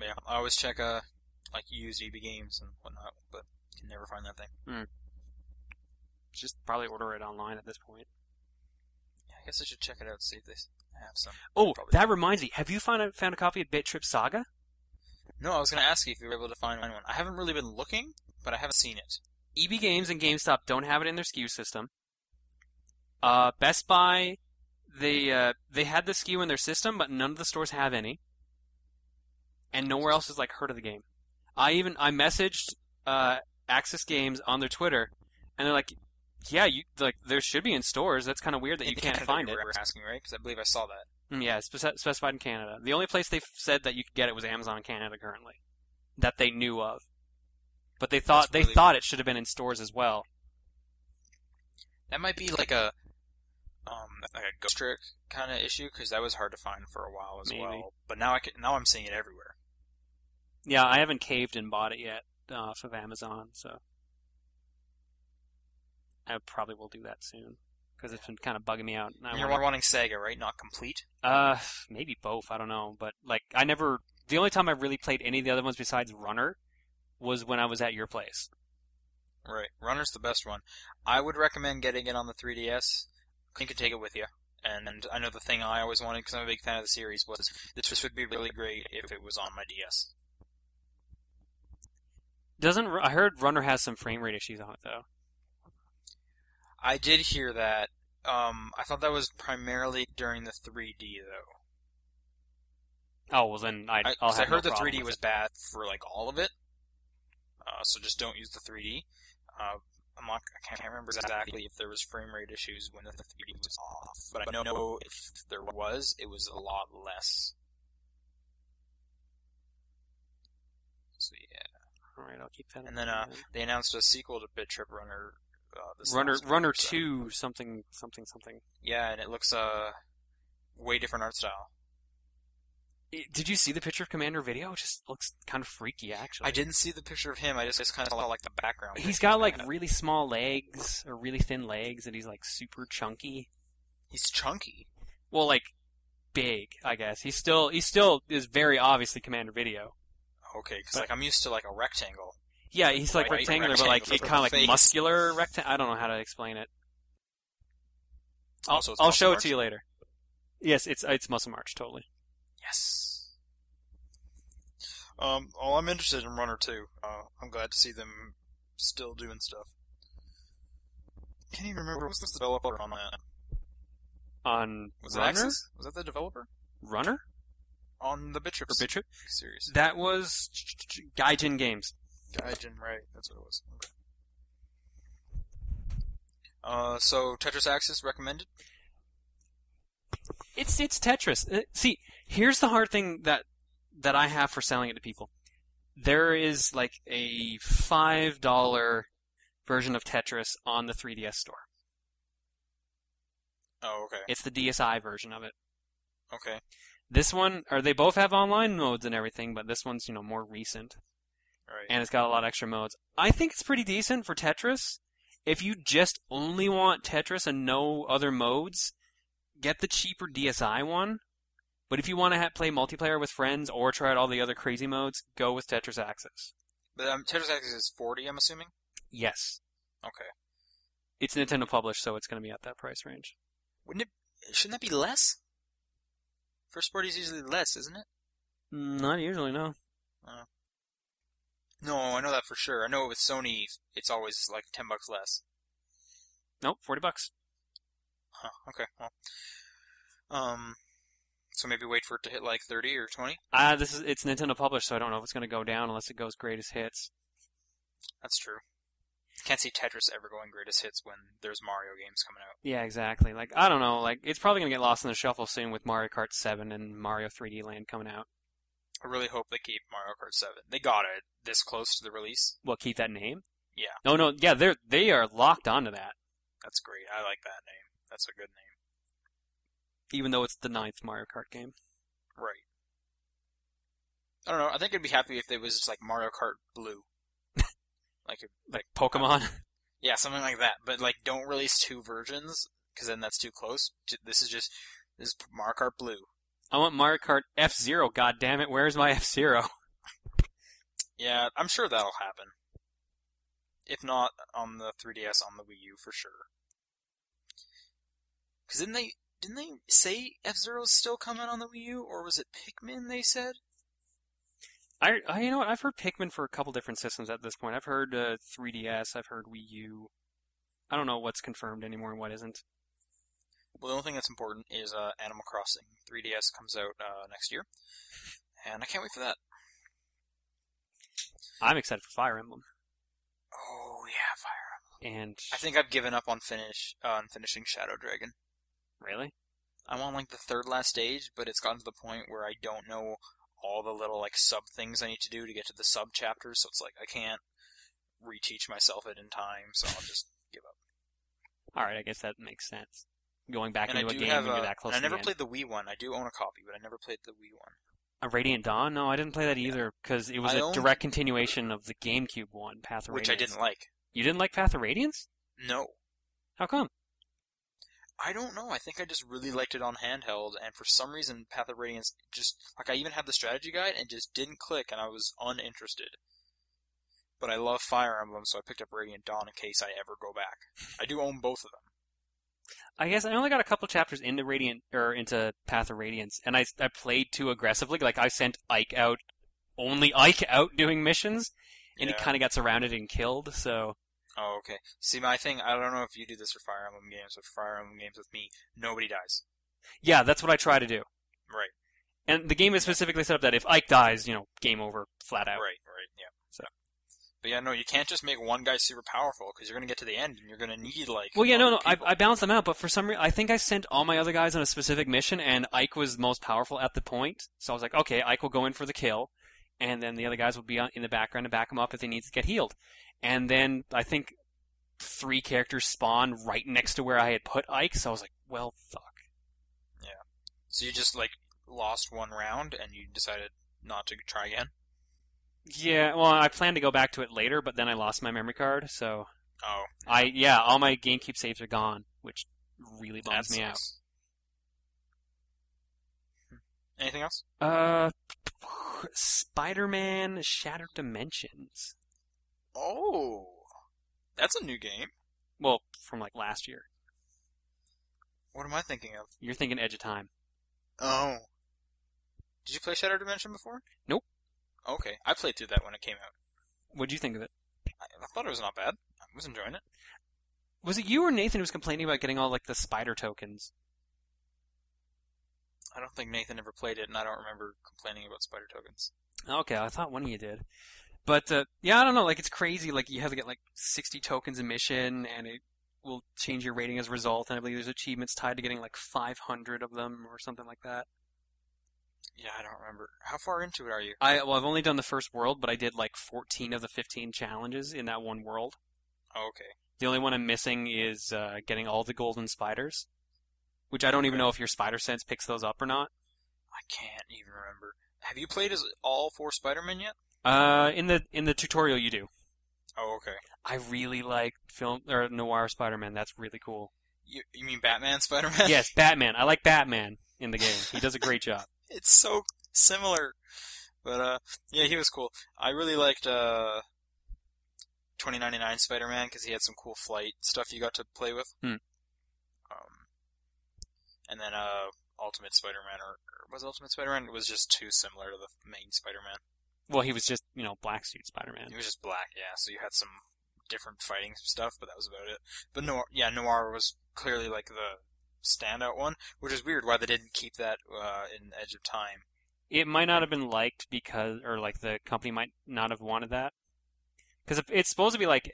S1: Yeah, I always check uh like used EB games and whatnot, but can never find that thing.
S2: Just probably order it online at this point.
S1: Yeah, I guess I should check it out see if they s- have some.
S2: Oh,
S1: Probably.
S2: that reminds me. Have you found a, found a copy of Bit Trip Saga?
S1: No, I was gonna ask you if you were able to find one. I haven't really been looking, but I haven't seen it.
S2: EB E Games and GameStop don't have it in their SKU system. Uh, Best Buy, they uh, they had the SKU in their system, but none of the stores have any. And nowhere else is like heard of the game. I even I messaged uh, Axis Games on their Twitter, and they're like, "Yeah, you like there should be in stores. That's kind of weird that
S1: <laughs>
S2: you
S1: In
S2: can't
S1: Canada,
S2: find
S1: you
S2: it."
S1: We're asking right because I believe I saw that.
S2: Mm, Yeah, it's spec- specified in Canada. The only place they said that you could get it was Amazon Canada currently, that they knew of. But they thought
S1: That's
S2: they
S1: really-
S2: thought it should have been in stores as well.
S1: That might be like a um like a ghost trick kind of issue because that was hard to find for a while as
S2: Maybe.
S1: well. But now I can, now I'm seeing it everywhere.
S2: Yeah, I haven't caved and bought it yet uh, off of Amazon, so I probably will do that soon because it's been kind of bugging me out. and I
S1: You're
S2: wanna-
S1: wanting Sega, right? Not complete.
S2: Uh, maybe both. I don't know, but like I never. The only time I really played any of the other ones besides Runner was when I was at your place.
S1: Right. Runner's the best one. I would recommend getting it on the 3DS. You can take it with you. And, and I know the thing I always wanted, because I'm a big fan of the series, was this would be really great if it was on my DS.
S2: Doesn't Ru- I heard Runner has some frame rate issues on it though.
S1: I did hear that. Um, I thought that was primarily during the 3D, though.
S2: Oh well, then
S1: I,
S2: I, I'll
S1: 'cause I
S2: have no
S1: heard the
S2: problem
S1: 3D
S2: with
S1: was
S2: it.
S1: bad for, like, all of it. Uh, so just don't use the 3D. Uh, I'm not, I can't remember exactly if there was frame rate issues when the 3D was off, but I know if there was, it was a lot less. So yeah,
S2: All right, I'll keep that.
S1: And
S2: in
S1: then, uh,
S2: mind.
S1: they announced a sequel to Bit Trip Runner. Uh, this
S2: Runner
S1: last week,
S2: Runner
S1: so-
S2: Two something something something.
S1: Yeah, and it looks uh way different art style.
S2: I- Did you see the picture of Commander video? It just looks kind of freaky, actually.
S1: I didn't see the picture of him. I just, just kind of saw like the background.
S2: He's got like
S1: Kinda-
S2: really small legs or really thin legs, and he's like super chunky.
S1: he's chunky.
S2: Well, like big, I guess. He's still he still is very obviously Commander Video.
S1: Okay, because
S2: But-
S1: like I'm used to like a rectangle.
S2: Yeah, he's like
S1: Right,
S2: rectangular,
S1: <laughs>
S2: but like it
S1: rectangular
S2: kind of like
S1: face.
S2: muscular rectangle. I don't know how to explain it. I'll,
S1: Also, it's
S2: I'll
S1: muscle
S2: show it
S1: march.
S2: to you later. Yes, it's it's Muscle March totally.
S1: Yes. Um, well, I'm interested in Runner 2. Uh, I'm glad to see them still doing stuff. Can't even remember what was the developer on that.
S2: On
S1: Was it
S2: Runner,
S1: Axis? Was that the developer
S2: Runner
S1: on the Bitrip
S2: or Bitch?
S1: series?
S2: That was Gaijin Games.
S1: Gaijin, right? That's what it was. Okay. Uh, so Tetris Axis recommended.
S2: It's it's Tetris. Uh, See, here's the hard thing that that I have for selling it to people. There is like a five dollar version of Tetris on the 3DS store.
S1: Oh, okay,
S2: It's the DSi version of it.
S1: okay.
S2: This one, or they both have online modes and everything, but this one's you know more recent
S1: Right.
S2: and it's got a lot of extra modes. I think it's pretty decent for Tetris. If you just only want Tetris and no other modes, get the cheaper DSi one. But if you want to ha- play multiplayer with friends or try out all the other crazy modes, go with Tetris Axis.
S1: but um, Tetris Axis is 40, I'm assuming.
S2: Yes.
S1: Okay.
S2: It's Nintendo published, so it's going to be at that price range.
S1: Wouldn't it? Shouldn't that be less? First party is usually less, isn't it?
S2: Mm, Not usually, no.
S1: No, I know that for sure. I know with Sony, it's always like 10 bucks less.
S2: Nope, 40 bucks.
S1: Huh, okay, well. Um, so maybe wait for it to hit like 30 or 20?
S2: Ah, this is it's Nintendo published, so I don't know if it's going to go down unless it goes greatest hits.
S1: That's true. Can't see Tetris ever going greatest hits when there's Mario games coming out.
S2: Yeah, exactly. Like I don't know, like it's probably gonna get lost in the shuffle soon with Mario Kart Seven and Mario 3D Land coming out.
S1: I really hope they keep Mario Kart 7. They got it this close to the release.
S2: Well, keep that name.
S1: Yeah.
S2: No, no, yeah, they're they are locked onto that,
S1: That's great. I like that name. That's a good name.
S2: even though it's the ninth Mario Kart game.
S1: Right. I don't know. I think I'd be happy if it was just like Mario Kart Blue. like, it-
S2: Like Pokemon. <laughs>
S1: Yeah, something like that. But like, don't release two versions because then that's too close. J- This is just this is Mario Kart Blue.
S2: I want Mario Kart F Zero. God damn it, where's my F Zero?
S1: Yeah, I'm sure that'll happen. If not on the 3DS, on the Wii U for sure. Because didn't they didn't they say F Zero's still coming on the Wii U or was it Pikmin? They said
S2: I, I you know what? I've heard Pikmin for a couple different systems at this point. I've heard uh, 3DS. I've heard Wii U. I don't know what's confirmed anymore and what isn't.
S1: Well, the only thing that's important is uh, Animal Crossing. 3DS comes out uh, next year, and I can't wait for that.
S2: I'm excited for Fire Emblem,
S1: Oh yeah, Fire! Emblem.
S2: and
S1: I think I've given up on finish uh, on finishing Shadow Dragon.
S2: really,
S1: I'm on like the third last stage, but it's gotten to the point where I don't know all the little like sub things I need to do to get to the sub chapters, so it's like I can't reteach myself it in time, so I'll just
S2: all right, I guess that makes sense. Going back
S1: and I
S2: into
S1: do
S2: a game
S1: have
S2: when you're
S1: a-
S2: that close.
S1: and I
S2: to the
S1: never
S2: end.
S1: played the Wii one. I do own a copy, but I never played the Wii one.
S2: A Radiant Dawn? No, I didn't play that either because it was
S1: I
S2: a
S1: own-
S2: direct continuation of the GameCube one, Path of
S1: Which I
S2: Radiance.
S1: didn't like.
S2: You didn't like Path of Radiance?
S1: No.
S2: How come?
S1: I don't know. I think I just really liked it on handheld, and for some reason, Path of Radiance just like I even had the strategy guide and just didn't click, and I was uninterested. But I love Fire Emblem, so I picked up Radiant Dawn in case I ever go back. I do own both of them.
S2: I guess I only got a couple chapters into Radiant or into Path of Radiance, and I I played too aggressively. Like I sent Ike out, only Ike <laughs> out doing missions, and
S1: Yeah.
S2: he kind of got surrounded and killed. So
S1: Oh, okay. See, my thing, I don't know if you do this for Fire Emblem games, but for Fire Emblem games with me, nobody dies.
S2: yeah, that's what I try to do.
S1: Right.
S2: And the game is specifically set up that if Ike dies, you know, game over, flat out.
S1: Right, right, yeah.
S2: So.
S1: But yeah, no, you can't just make one guy super powerful because you're gonna get to the end and you're gonna need like.
S2: Well, yeah, no,
S1: other
S2: no, I,
S1: people.
S2: I balanced them out, but for some reason, I think I sent all my other guys on a specific mission, and Ike was the most powerful at the point. So I was like, okay, Ike will go in for the kill, and then the other guys will be on, in the background to back him up if they need to get healed. And then I think three characters spawn right next to where I had put Ike, so I was like, well, fuck.
S1: So you just like lost one round and you decided not to try again.
S2: Yeah, well, I planned to go back to it later, but then I lost my memory card, so
S1: Oh,
S2: I yeah, all my GameCube saves are gone, which really
S1: that
S2: bums me out.
S1: sucks. Hmm. Anything else?
S2: Uh, <sighs> Spider-Man: Shattered Dimensions.
S1: Oh, that's a new game.
S2: Well, from like last year.
S1: What am I thinking of?
S2: You're thinking Edge of Time.
S1: Oh, did you play Shattered Dimension before?
S2: Nope.
S1: Okay, I played through that when it came out.
S2: What'd you think of it?
S1: I, I thought it was not bad. I was enjoying it.
S2: Was it you or Nathan who was complaining about getting all like the spider tokens?
S1: I don't think Nathan ever played it, and I don't remember complaining about spider tokens.
S2: Okay, I thought one of you did. But uh, yeah, I don't know. Like it's crazy. Like you have to get like 60 tokens a mission, and it will change your rating as a result. And I believe there's achievements tied to getting like 500 of them or something like that.
S1: Yeah, I don't remember. How far into it are you?
S2: I well, I've only done the first world, but I did like 14 of the 15 challenges in that one world.
S1: Oh, okay.
S2: The only one I'm missing is uh, getting all the golden spiders, which I don't even know if your spider sense picks those up or not.
S1: I can't even remember. Have you played as all four Spider-Men yet?
S2: Uh, in the in the tutorial you do.
S1: Oh, okay.
S2: I really like film or noir Spider-Man. That's really cool.
S1: You, you mean Batman <laughs> Spider-Man?
S2: yes, Batman. I like Batman in the game. He does a great job.
S1: it's so similar. But uh, yeah, he was cool. I really liked uh, 2099 Spider-Man because he had some cool flight stuff you got to play with.
S2: Hmm.
S1: Um, and then uh, Ultimate Spider-Man or, or was Ultimate Spider-Man? It was just too similar to the main Spider-Man.
S2: Well, he was just you know black suit Spider-Man.
S1: He was just black, yeah. So you had some different fighting stuff, but that was about it. But Noir, yeah, Noir was clearly like the standout one, which is weird why they didn't keep that uh, in Edge of Time.
S2: It might not have been liked because or like the company might not have wanted that because it's supposed to be like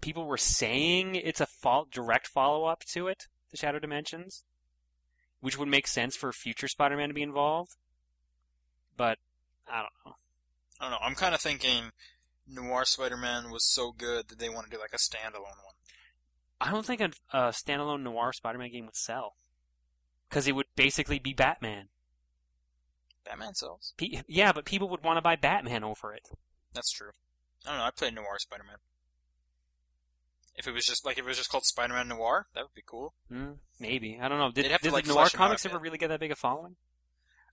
S2: people were saying it's a fol- direct follow-up to it, the Shadow Dimensions, which would make sense for future Spider-Man to be involved. But I don't know.
S1: I don't know. I'm kind of thinking Noir Spider-Man was so good that they want to do like a standalone one.
S2: I don't think a, a standalone noir Spider-Man game would sell because it would basically be Batman.
S1: Batman sells.
S2: Pe- yeah, but people would want to buy Batman over it.
S1: That's true. I don't know. I played Noir Spider-Man. If it was just like if it was just called Spider-Man Noir, that would be cool.
S2: Mm, maybe I don't know. Did,
S1: They'd have to,
S2: did
S1: like,
S2: the noir
S1: flesh 'em out a
S2: comics
S1: bit.
S2: ever really get that big a following?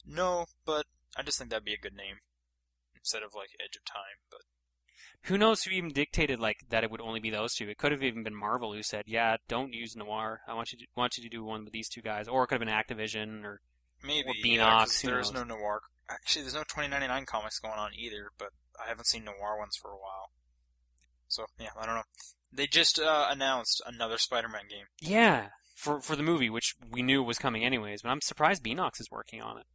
S1: No, but I just think that'd be a good name instead of like Edge of Time. But
S2: Who knows who even dictated like that it would only be those two? It could have even been Marvel who said, "Yeah, don't use noir. I want you to, want you to do one with these two guys," or it could have been Activision or
S1: maybe
S2: Or Beanox,
S1: yeah, 'cause
S2: who
S1: there's no
S2: knows?
S1: Noir. Actually, there's no 2099 comics going on either. But I haven't seen Noir ones for a while. So yeah, I don't know. They just uh, announced another Spider-Man game.
S2: yeah for for the movie, which we knew was coming anyways. But I'm surprised Beanox is working on it.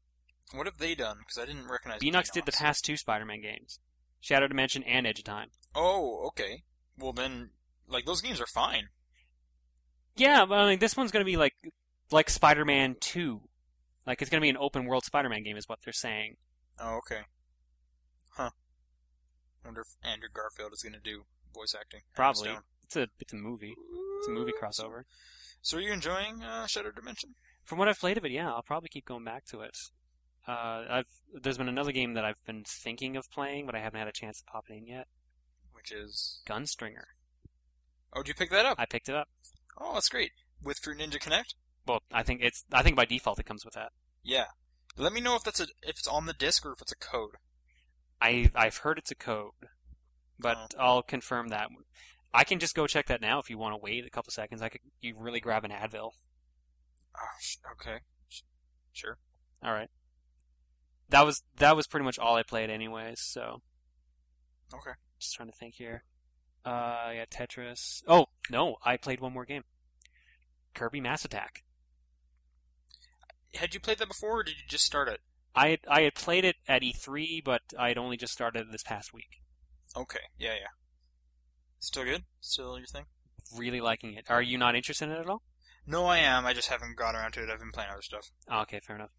S1: What have they done? Because I didn't recognize.
S2: Beanox did the past two Spider-Man games, Shadow Dimension and Edge of Time.
S1: Oh, okay. Well, then, like those games are fine.
S2: Yeah, but I mean, this one's going to be like like Spider-Man Two, like it's going to be an open world Spider-Man game, is what they're saying.
S1: Oh, okay. Huh. Wonder if Andrew Garfield is going to do voice acting. Emma
S2: Probably.
S1: Stone.
S2: It's a it's a movie. It's a movie crossover.
S1: So, are you enjoying uh, Shattered Dimension?
S2: From what I've played of it, yeah, I'll probably keep going back to it. Uh, I've there's been another game that I've been thinking of playing, but I haven't had a chance to pop it in yet.
S1: Which is.
S2: Gunstringer.
S1: Oh, did you pick that up?
S2: I picked it up.
S1: Oh, that's great. With Fruit Ninja Connect.
S2: Well, I think it's I think by default it comes with that.
S1: Yeah. Let me know if that's a if it's on the disc or if it's a code.
S2: I I've heard it's a code, but I'll confirm that. I can just go check that now if you want to wait a couple seconds. I could you really grab an Advil.
S1: Oh, sh- okay. Sh- Sure.
S2: All right. That was that was pretty much all I played, anyways. So
S1: Okay.
S2: just trying to think here. Uh, yeah, Tetris. Oh no, I played one more game. Kirby Mass Attack.
S1: Had you played that before, or did you just start it?
S2: E I had, I had played it at E3, but I had only just started it this past week.
S1: Okay. Yeah, yeah. Still good? Still your thing?
S2: Really liking it. Are you not interested in it at all?
S1: No, I am. I just haven't got around to it. I've been playing other stuff.
S2: Ah, okay, fair enough.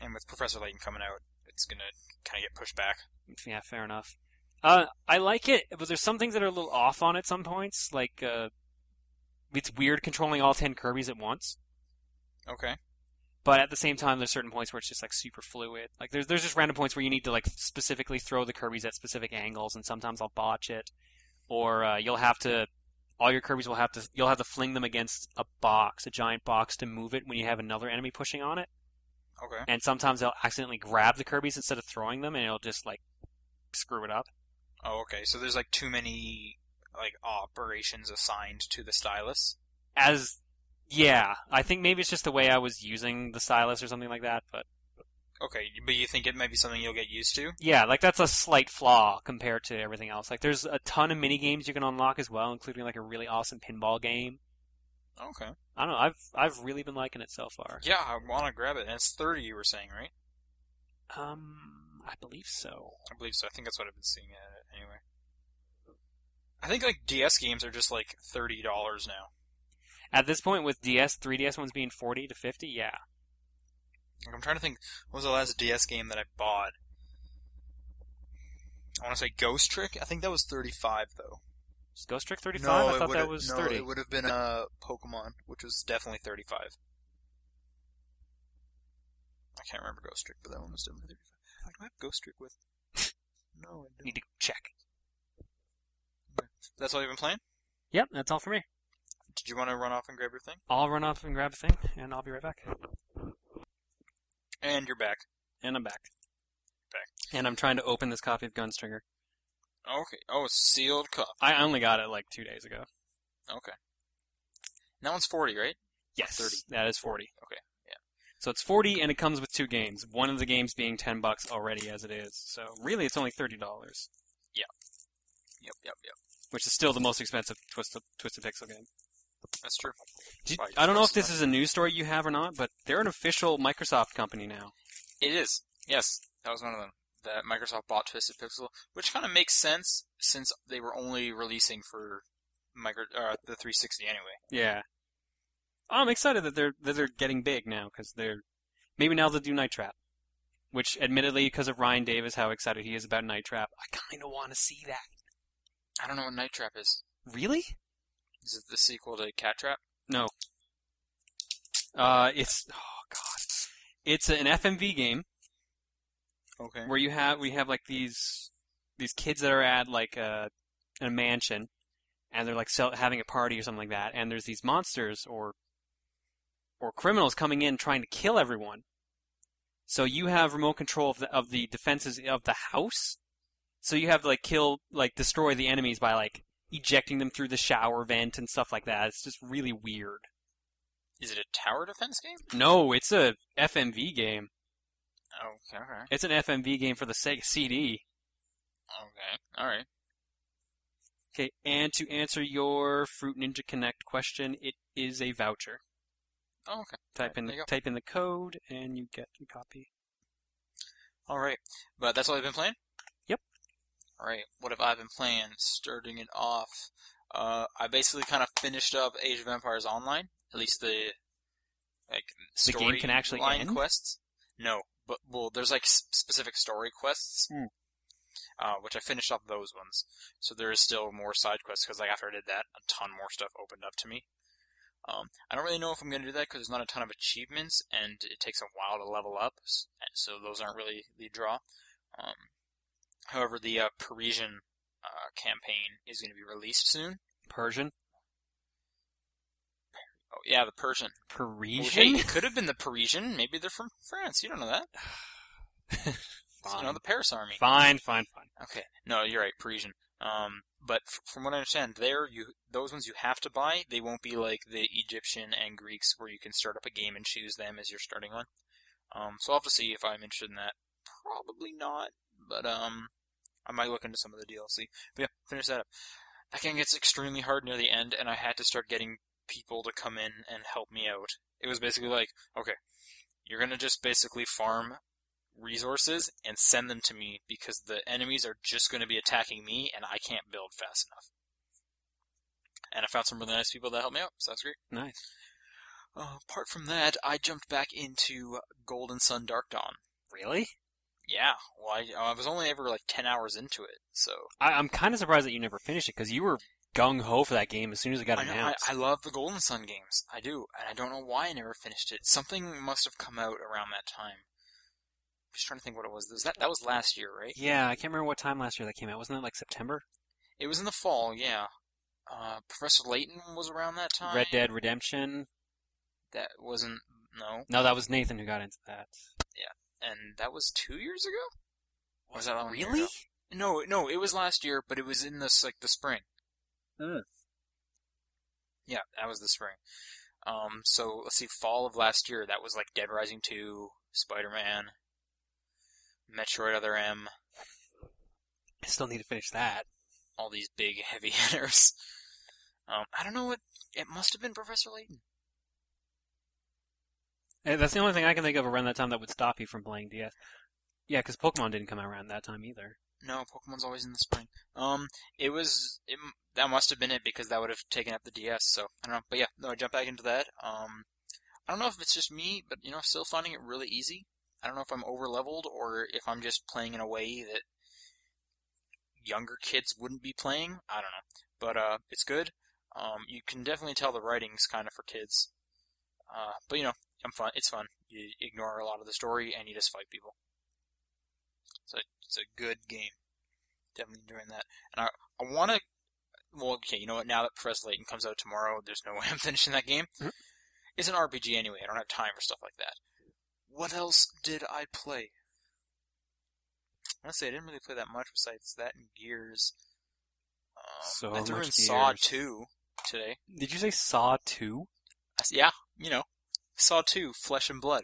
S1: And with Professor Layton coming out, it's gonna kind of get pushed back.
S2: Yeah, fair enough. Uh, I like it, but there's some things that are a little off on at some points. Like, uh, it's weird controlling all ten Kirby's at once,
S1: Okay.
S2: but at the same time, there's certain points where it's just like super fluid. Like, there's there's just random points where you need to like specifically throw the Kirby's at specific angles, and sometimes I'll botch it, or uh, you'll have to. All your Kirby's will have to you'll have to fling them against a box, a giant box, to move it when you have another enemy pushing on it.
S1: Okay.
S2: And sometimes they'll accidentally grab the Kirby's instead of throwing them, and it'll just like screw it up.
S1: Oh, okay. So there's like too many like operations assigned to the stylus.
S2: as yeah i think maybe it's just the way i was using the stylus or something like that but
S1: Okay, but you think it might be something you'll get used to?
S2: yeah like that's a slight flaw compared to everything else like there's a ton of mini games you can unlock as well including like a really awesome pinball game
S1: Okay.
S2: i don't know i've i've really been liking it so far
S1: Yeah, I want to grab it. And it's 30, you were saying, right?
S2: um i believe so
S1: I believe so. I think that's what I've been seeing at it anyway. I think like DS games are just like $30 now.
S2: at this point with ds 3ds ones being 40 to 50 yeah
S1: Like, I'm trying to think, what was the last DS game that I bought? I want to say Ghost Trick. I think that was 35 though.
S2: is ghost trick 35
S1: No,
S2: i
S1: it
S2: thought that
S1: would've-
S2: was
S1: no,
S2: 30
S1: It would have been uh, Pokemon, which was definitely 35. I can't remember Ghost Trick, but that one was definitely 35. Like, do I have Ghost Trick <laughs> with? no, I don't.
S2: need to check
S1: That's all you've been playing?
S2: yep that's all for me
S1: Did you want to run off and grab your thing?
S2: i'll run off and grab a thing and i'll be right back
S1: And you're back.
S2: and i'm back
S1: Back.
S2: and i'm trying to open this copy of gunstringer
S1: Okay. Oh, sealed cup.
S2: I only got it like two days ago.
S1: Okay. And that one's 40, right?
S2: Yes,
S1: 30.
S2: that is forty.
S1: Okay, yeah.
S2: So it's forty, and it comes with two games. One of the games being ten bucks already as it is. So really, it's only thirty dollars,
S1: Yep, yep, yep.
S2: which is still the most expensive Twisted Twisted Pixel game.
S1: That's true.
S2: Do you-
S1: Right,
S2: I don't know if
S1: first
S2: this is a news story you have or not, but they're an official Microsoft company now.
S1: It is. Yes, that was one of them. That Microsoft bought Twisted Pixel, which kind of makes sense since they were only releasing for micro uh, the 360 anyway.
S2: Yeah. Oh, I'm excited that they're that they're getting big now because they're maybe now they'll do Night Trap, which admittedly because of Ryan Davis, how excited he is about Night Trap, I kind of want to see that.
S1: I don't know what Night Trap is.
S2: Really?
S1: Is it the sequel to Cat Trap?
S2: Uh, it's oh god, it's an FMV game
S1: Okay.
S2: where you have we have like these these kids that are at like a, a mansion, and they're like sell, having a party or something like that, and there's these monsters or or criminals coming in trying to kill everyone. So you have remote control of the, of the defenses of the house. So you have to like kill like destroy the enemies by like ejecting them through the shower vent and stuff like that. It's just really weird.
S1: Is it a tower defense game?
S2: No, it's a FMV game.
S1: Okay, okay,
S2: It's an FMV game for the Sega CD.
S1: okay. All right.
S2: Okay, and to answer your Fruit Ninja Connect question, it is a voucher.
S1: Oh, okay.
S2: Type in
S1: There you go.
S2: type in the code, and you get a copy.
S1: All right. But that's all I've been playing?
S2: Yep.
S1: All right. What have I been playing? Starting it off. Uh, I basically kind of finished up Age of Empires Online. At least the like
S2: The
S1: story
S2: game can actually
S1: line
S2: end?
S1: quests. No, but well, there's like s- specific story quests,
S2: Hmm.
S1: uh, which I finished up those ones. So there is still more side quests because like after I did that, a ton more stuff opened up to me. Um, I don't really know if I'm going to do that because there's not a ton of achievements and it takes a while to level up, s- so those aren't really the draw. Um, however, the uh, Parisian uh, campaign is going to be released soon.
S2: Persian,
S1: Oh yeah, the Persian. Well, hey,
S2: Parisian.
S1: it could have been the Parisian. Maybe they're from France. You don't know
S2: <sighs>
S1: that. You know
S2: fine.
S1: the Paris army.
S2: fine, fine, fine.
S1: Okay. No, you're right. Parisian. Um, but f- from what I understand, there you those ones you have to buy. They won't be like the Egyptian and Greeks where you can start up a game and choose them as you're starting one. Um, so I'll have to see if I'm interested in that. Probably not, but um, I might look into some of the DLC. But yeah, finish that up. That game gets extremely hard near the end, and I had to start getting people to come in and help me out. It was basically like, okay, you're gonna just basically farm resources and send them to me because the enemies are just going to be attacking me and I can't build fast enough. And I found some really nice people that helped me out, so that's great.
S2: Nice.
S1: Uh, apart from that, I jumped back into Golden Sun Dark Dawn.
S2: Really?
S1: Yeah, well, I, I was only ever like 10 hours into it, so.
S2: I, I'm kind of surprised that you never finished it because you were gung ho for that game as soon as it got
S1: I, know, I,
S2: announced.
S1: I love the Golden Sun games. I do, and I don't know why I never finished it. Something must have come out around that time. I'm just trying to think what it was. was that that was last year, right?
S2: yeah, I can't remember what time last year that came out. Wasn't that like September?
S1: It was in the fall, yeah. Uh, Professor Layton was around that time.
S2: Red Dead Redemption.
S1: That wasn't no,
S2: No, that was Nathan who got into that.
S1: and that was two years ago. Was that one year
S2: really?
S1: ago? No, no, it was last year, but it was in this like the spring.
S2: Hmm.
S1: Yeah, that was the spring. Um, so let's see, fall of last year, that was like Dead Rising two, Spider Man, Metroid Other M,
S2: I still need to finish that.
S1: all these big <laughs> heavy hitters. Um, I don't know what it must have been Professor Layton.
S2: Eh, That's the only thing I can think of around that time that would stop you from playing DS. Yeah, because Pokemon didn't come out around that time either.
S1: No, Pokemon's always in the spring. Um, it was it, m- that must have been it because that would have taken up the DS. So I don't know, but yeah, no, I jump back into that. Um, I don't know if it's just me, but you know, still finding it really easy. I don't know if I'm over leveled or if I'm just playing in a way that younger kids wouldn't be playing. I don't know, but uh, it's good. Um, you can definitely tell the writing's kind of for kids. Uh, but you know, I'm fun. It's fun. You ignore a lot of the story and you just fight people. So it's a good game. Definitely enjoying that. And I, I want to. Well, okay, you know what? Now that Professor Layton comes out tomorrow, there's no <laughs> way I'm finishing that game.
S2: Mhm.
S1: It's an RPG anyway. I don't have time for stuff like that. What else did I play? Honestly, I didn't really play that much besides that and Gears. Um,
S2: So
S1: I threw
S2: much
S1: in Saw
S2: Gears.
S1: 2 today.
S2: Did you say Saw 2?
S1: I s- Yeah, you know. Saw 2, Flesh and Blood.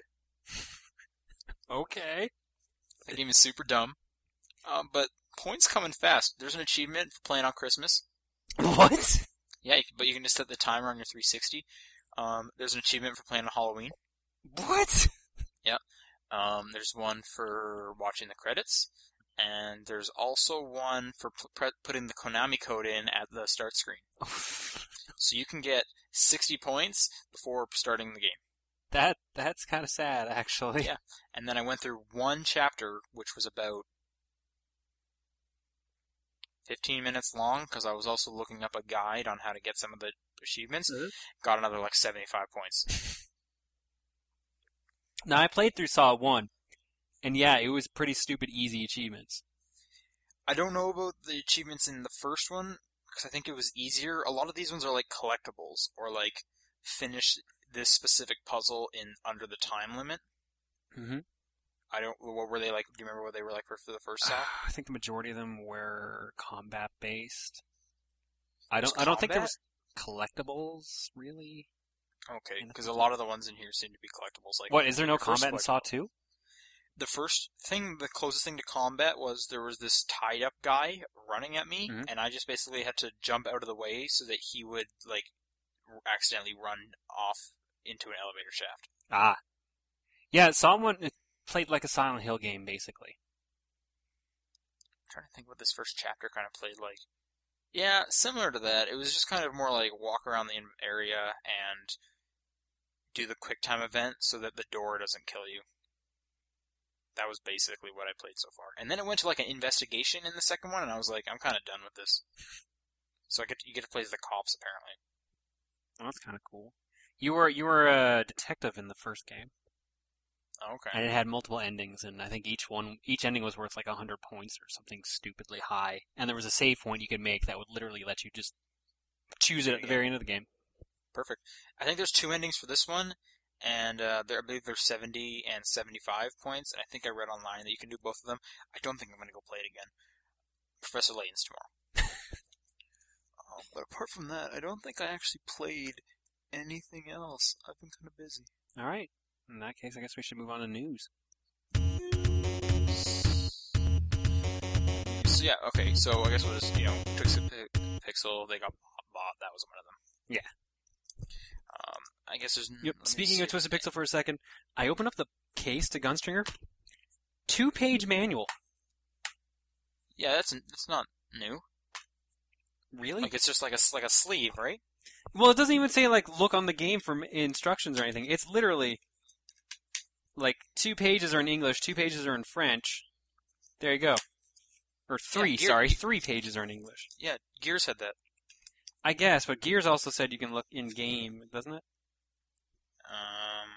S2: Okay.
S1: That game is super dumb. Um, but points coming fast. There's an achievement for playing on Christmas.
S2: <laughs> What?
S1: Yeah, you can, but you can just set the timer on your 360. Um, there's an achievement for playing on Halloween. <laughs>
S2: What?
S1: Um, there's one for watching the credits, and there's also one for p- pre- putting the Konami code in at the start screen. So you can get 60 points before starting the game.
S2: <laughs> that that's kind of sad, actually.
S1: Yeah. And then I went through one chapter, which was about 15 minutes long, because I was also looking up a guide on how to get some of the achievements.
S2: Mhm.
S1: Got another like 75 points.
S2: Now I played through Saw 1, and yeah, it was pretty stupid easy achievements.
S1: I don't know about the achievements in the first one because I think it was easier. A lot of these ones are like collectibles or like finish this specific puzzle in under the time limit.
S2: Mm-hmm.
S1: I don't. What were they like? Do you remember what they were like for, for the first Saw?
S2: <sighs> I think the majority of them were combat based. I don't.
S1: Was
S2: I don't think there
S1: combat?
S2: was collectibles really.
S1: Okay,
S2: In the
S1: because a lot of the ones in here seem to be collectibles. Like
S2: what is there no
S1: your first
S2: combat in Saw
S1: collectible.
S2: Two?
S1: the first thing, the closest thing to combat was there was this tied up guy running at me,
S2: Mhm.
S1: and I just basically had to jump out of the way so that he would like accidentally run off into an elevator shaft.
S2: Ah, yeah. Saw One it played like a Silent Hill game basically.
S1: trying to think what this first chapter kind of played like. Yeah, similar to that. It was just kind of more like walk around the in- area and do the quick time event so that the door doesn't kill you. That was basically what I played so far. And then it went to like an investigation in the second one, and I was like, I'm kind of done with this. So I get you get to play as the cops apparently.
S2: Oh, that's kind of cool. You were you were a detective in the first game,
S1: Oh, Okay.
S2: and it had multiple endings, and I think each one each ending was worth like hundred points or something stupidly high. And there was a save point you could make that would literally let you just choose it at the very end of the game.
S1: Perfect. I think there's two endings for this one, and uh, there, I believe there's 70 and 75 points, and I think I read online that you can do both of them. I don't think I'm going to go play it again. Professor Layton's tomorrow. <laughs> um, but apart from that, I don't think I actually played anything else. I've been kind of busy.
S2: All right. In that case, I guess we should move on to news.
S1: So yeah, okay. So I guess we'll just you know, Pixel, Pixel they got bought. That was one of them.
S2: Yeah.
S1: Um, I
S2: Hmm,
S1: guess there's. n-
S2: Yep.
S1: let me
S2: Speaking
S1: see.
S2: of Twisted Pixel for a second, I open up the case to Gunstringer, two page manual.
S1: Yeah, that's that's not new.
S2: Really?
S1: Like it's just like a s- like a sleeve, right?
S2: Well, it doesn't even say like look on the game for m- instructions or anything. It's literally like two pages are in English, two pages are in French. There you go. Or three,
S1: Gear-
S2: sorry, three pages are in English.
S1: Yeah, Gears had that.
S2: I guess, but Gears also said you can look in game, doesn't it?
S1: Um,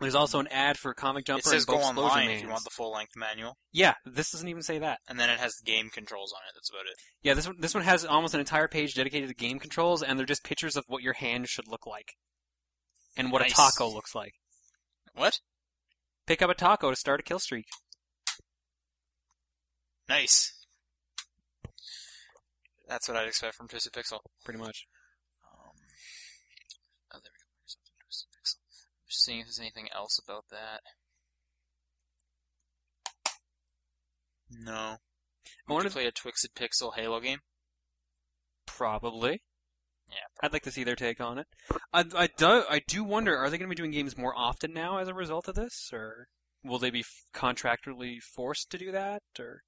S2: There's also an ad for Comic Jumper
S1: it says
S2: and
S1: go
S2: both Explosion
S1: online if you
S2: Mans.
S1: want the full length manual,
S2: Yeah, this doesn't even say that.
S1: and then it has game controls on it. That's about it.
S2: Yeah, this one this one has almost an entire page dedicated to game controls, and they're just pictures of what your hand should look like, and what
S1: Nice.
S2: a taco looks like.
S1: What?
S2: Pick up a taco to start a kill streak.
S1: Nice. That's what I'd expect from Twisted Pixel.
S2: Pretty much.
S1: Um, oh, there we go. There's something to us. Excellent. I'm just seeing if there's anything else about that. No.
S2: I
S1: Would
S2: wanted-
S1: you play a Twisted Pixel Halo game?
S2: Probably.
S1: Yeah.
S2: I'd like to see their take on it. I, I do I do wonder are they going to be doing games more often now as a result of this, or will they be f- contractually forced to do that? Or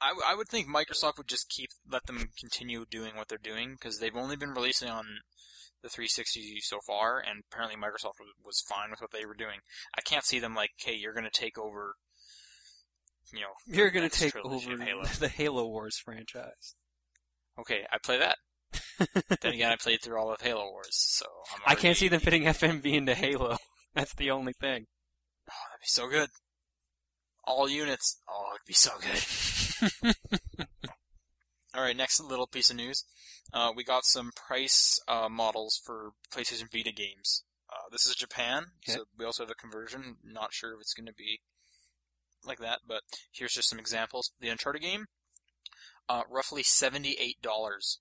S1: I, I would think Microsoft would just keep let them continue doing what they're doing because they've only been releasing on the 360 so far, and apparently Microsoft was, was fine with what they were doing. I can't see them like, hey, you're going to take over. You know, the
S2: you're going
S1: next
S2: to take
S1: trilogy
S2: over
S1: of Halo.
S2: <laughs> the Halo Wars franchise?
S1: <laughs> Okay, I play that. then again, I played through all of Halo Wars, so I'm
S2: <laughs> I can't
S1: already- <laughs>
S2: see them fitting FMV into Halo. <laughs> That's the only thing.
S1: Oh, that'd be so good. All units. Oh, it'd be so good. All right, next little piece of news. Uh, we got some price uh, models for PlayStation Vita games. Uh, this is Japan, so we also have a conversion. Not sure if it's going to be like that, but here's just some examples. The Uncharted game, uh, roughly seventy-eight dollars.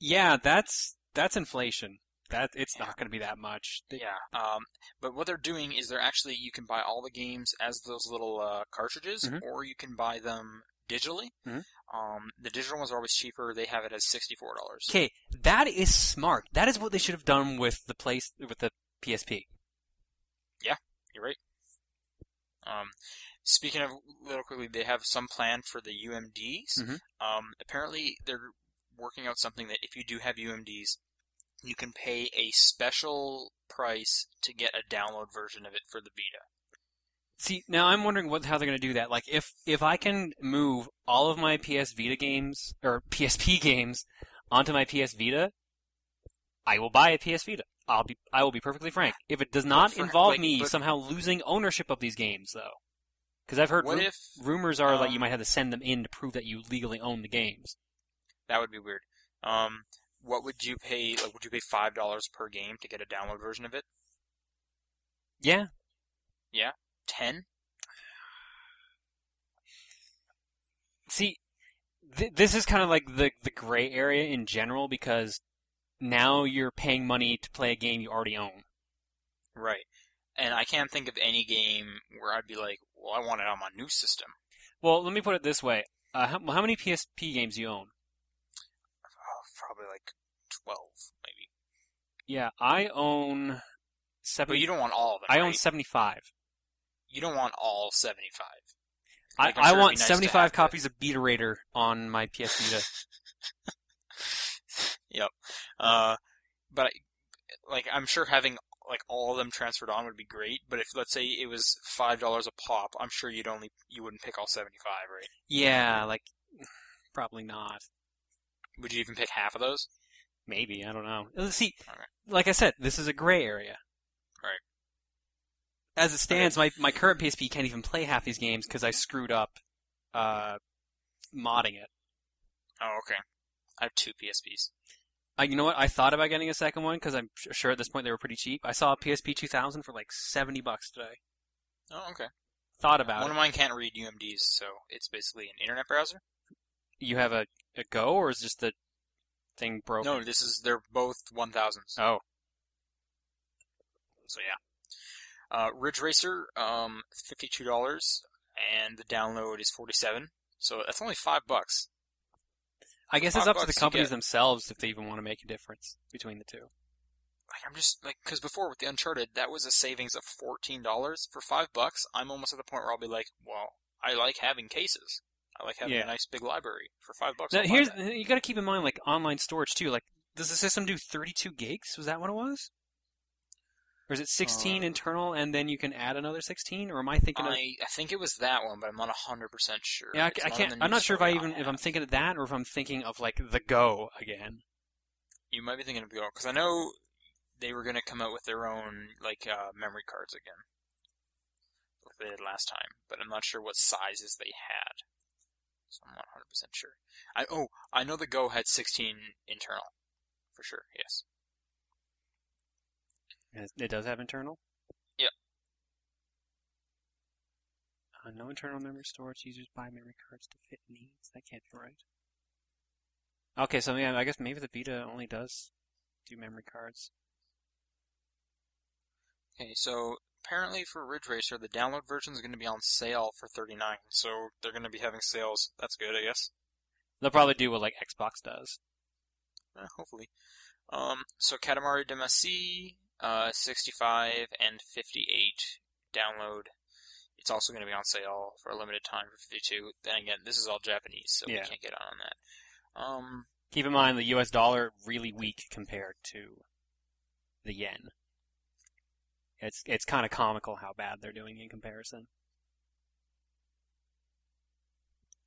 S2: Yeah, that's that's inflation. That it's not going to be that much. They-
S1: Yeah. Um, but what they're doing is they're actually you can buy all the games as those little uh, cartridges,
S2: Mhm.
S1: or you can buy them digitally.
S2: Mhm.
S1: Um, the digital ones are always cheaper. They have it as sixty-four dollars.
S2: Okay, that is smart. That is what they should have done with the place with the PSP.
S1: You're right. Um, speaking of little quickly, they have some plan for the UMDs.
S2: Mhm.
S1: Um, apparently, they're working out something that if you do have UMDs, you can pay a special price to get a download version of it for the Vita.
S2: See, now I'm wondering what how they're going to do that. Like if if I can move all of my PS Vita games or <laughs> PSP games onto my PS Vita, I will buy a PS Vita. I'll be I will be perfectly frank. If it does not
S1: for-
S2: involve
S1: like,
S2: me
S1: but-
S2: somehow losing ownership of these games though. Cuz I've heard
S1: What
S2: ru-
S1: if
S2: rumors are that you
S1: um,
S2: might have to send them in to prove that you legally own the games.
S1: That would be weird. Um, what would you pay? Like, would you pay five dollars per game to get a download version of it?
S2: Yeah.
S1: Ten?
S2: See, th- this is kind of like the the gray area in general because now you're paying money to play a game you already own.
S1: Right. And I can't think of any game where I'd be like, "Well, I want it on my new system."
S2: Well, let me put it this way: uh, how, how many PSP games do you own?
S1: Oh, probably like twelve, maybe.
S2: Yeah, I own seven.
S1: But you don't want all of it.
S2: I
S1: right?
S2: own seventy-five.
S1: You don't want all seventy-five.
S2: I,
S1: Like, I'm sure
S2: I
S1: it'd be
S2: want
S1: nice to have,
S2: seventy-five
S1: but-
S2: copies of Beat Raider on my PS
S1: <laughs>
S2: Vita.
S1: Yep. Uh, but I, like, I'm sure having like all of them transferred on would be great. But if let's say it was five dollars a pop, I'm sure you'd only you wouldn't pick all seventy-five, right?
S2: yeah, like probably not.
S1: Would you even pick half of those?
S2: Maybe I don't know. Uh, See,
S1: Alright.
S2: like I said, this is a gray area.
S1: Right.
S2: As it stands, my my current PSP can't even play half these games because I screwed up uh, modding it.
S1: Oh, okay. I have two PSPs.
S2: I, you know what? I thought about getting a second one because I'm sh- sure at this point they were pretty cheap. I saw a PSP 2000 for like 70 bucks today.
S1: Oh, okay.
S2: Thought about
S1: One
S2: it.
S1: of mine can't read UMDs, so it's basically an internet browser.
S2: you have a, a Go or is just the thing broken?
S1: No, this is they're both one thousands.
S2: Oh,
S1: So yeah. Uh, Ridge Racer, um, fifty-two dollars, and the download is forty-seven. So that's only five bucks.
S2: I guess it's
S1: Five
S2: up to the
S1: bucks you
S2: companies
S1: get.
S2: themselves if they even want to make a difference between the two.
S1: like I'm just like because before with the Uncharted, that was a savings of fourteen dollars for five bucks. I'm almost at the point where I'll be like, well, I like having cases. I like having
S2: Yeah.
S1: a nice big library for five bucks.
S2: Now,
S1: I'll buy
S2: here's
S1: that.
S2: you got to keep in mind like online storage too. Like, does the system do 32 gigs? Was that what it was? Or is it 16
S1: Uh,
S2: internal and then you can add another 16? Or am I thinking? of...
S1: I, I think it was that one, but I'm not hundred percent sure.
S2: Yeah, I,
S1: It's
S2: I
S1: not on
S2: can't.
S1: the
S2: I'm not
S1: news
S2: sure if I
S1: story on
S2: even if
S1: that.
S2: I'm thinking of that or if I'm thinking of like the Go again.
S1: You might be thinking of Go because I know they were going to come out with their own like uh, memory cards again, like they did last time. But I'm not sure what sizes they had, so I'm not 100 percent sure. I oh I know the Go had 16 internal, for sure. Yes.
S2: It it does have internal.
S1: Yep.
S2: Uh, no internal memory storage. Users buy memory cards to fit needs. That can't be right. Okay, so yeah, I guess maybe the Vita only does do memory cards.
S1: Okay, so apparently for Ridge Racer, the download version is going to be on sale for 39. So they're going to be having sales. That's good, I guess.
S2: They'll probably do what like Xbox does.
S1: Eh, hopefully. Um, so Katamari Damacy, uh, 65 and 58 download. It's also going to be on sale for a limited time for 52. Then again, this is all Japanese, so
S2: Yeah.
S1: we can't get on on that. Um,
S2: Keep in mind the U.S. dollar really weak compared to the yen. It's it's kind of comical how bad they're doing in comparison.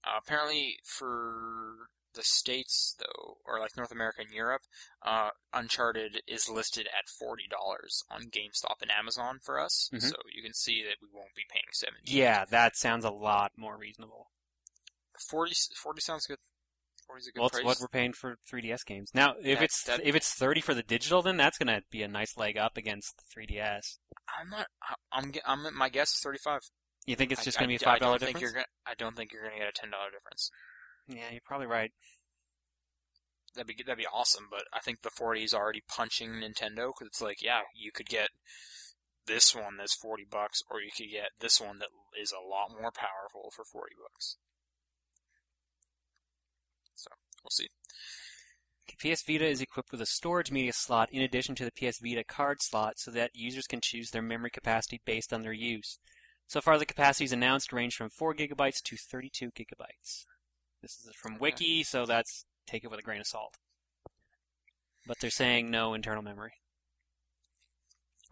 S1: Uh, apparently, for the states though, or like North America and Europe, uh, Uncharted is listed at forty dollars on GameStop and Amazon for us.
S2: Mhm.
S1: So you can see that we won't be paying seventy.
S2: Yeah, that sounds a lot more reasonable.
S1: 40, 40 sounds good. Forty is a good
S2: well, it's
S1: price.
S2: what we're paying for 3DS games now. If
S1: That-
S2: it's
S1: that-
S2: if it's 30 for the digital, then that's gonna be a nice leg up against the 3DS.
S1: I'm not. I- I'm. ge- I'm. My guess is thirty-five.
S2: You think it's
S1: I-
S2: just
S1: I-
S2: gonna be
S1: I
S2: a five
S1: don't
S2: dollar
S1: think
S2: difference?
S1: You're gonna, I don't think you're going to get a ten dollar difference.
S2: Yeah, you're probably right.
S1: That'd be that'd be awesome, but I think the forty is already punching Nintendo because it's like, yeah, you could get this one that's forty bucks, or you could get this one that is a lot more powerful for forty bucks. So we'll see.
S2: PS Vita is equipped with a storage media slot in addition to the PS Vita card slot so that users can choose their memory capacity based on their use. So far, the capacities announced range from 4 gigabytes to 32 gigabytes. This is from
S1: Okay.
S2: Wiki, so that's take it with a grain of salt. But they're saying no internal memory.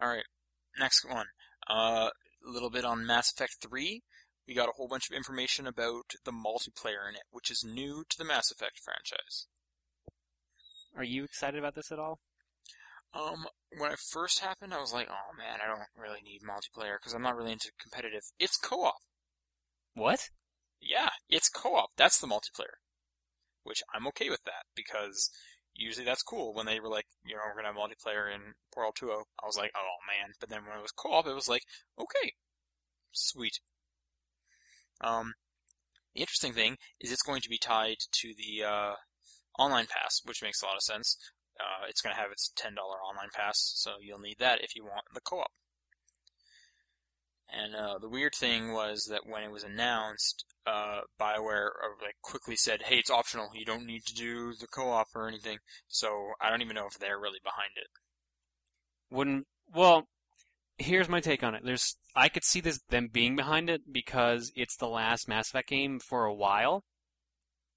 S1: All right, next one. Uh, a little bit on Mass Effect Three. We got a whole bunch of information about the multiplayer in it, which is new to the Mass Effect franchise.
S2: Are you excited about this at all?
S1: Um, when it first happened, I was like, oh man, I don't really need multiplayer because I'm not really into competitive. It's co-op.
S2: What?
S1: Yeah, it's co-op. That's the multiplayer, which I'm okay with that because usually that's cool. When they were like, you know, we're gonna have multiplayer in Portal 2, I was like, oh man. But then when it was co-op, it was like, okay, sweet. Um, the interesting thing is it's going to be tied to the uh, online pass, which makes a lot of sense. Uh, it's gonna have its ten dollar online pass, so you'll need that if you want the co-op. And uh, the weird thing was that when it was announced, uh, Bioware uh, like quickly said, "Hey, it's optional. You don't need to do the co-op or anything." So I don't even know if they're really behind it.
S2: wouldn't well here's my take on it there's i could see this them being behind it because it's the last mass effect game for a while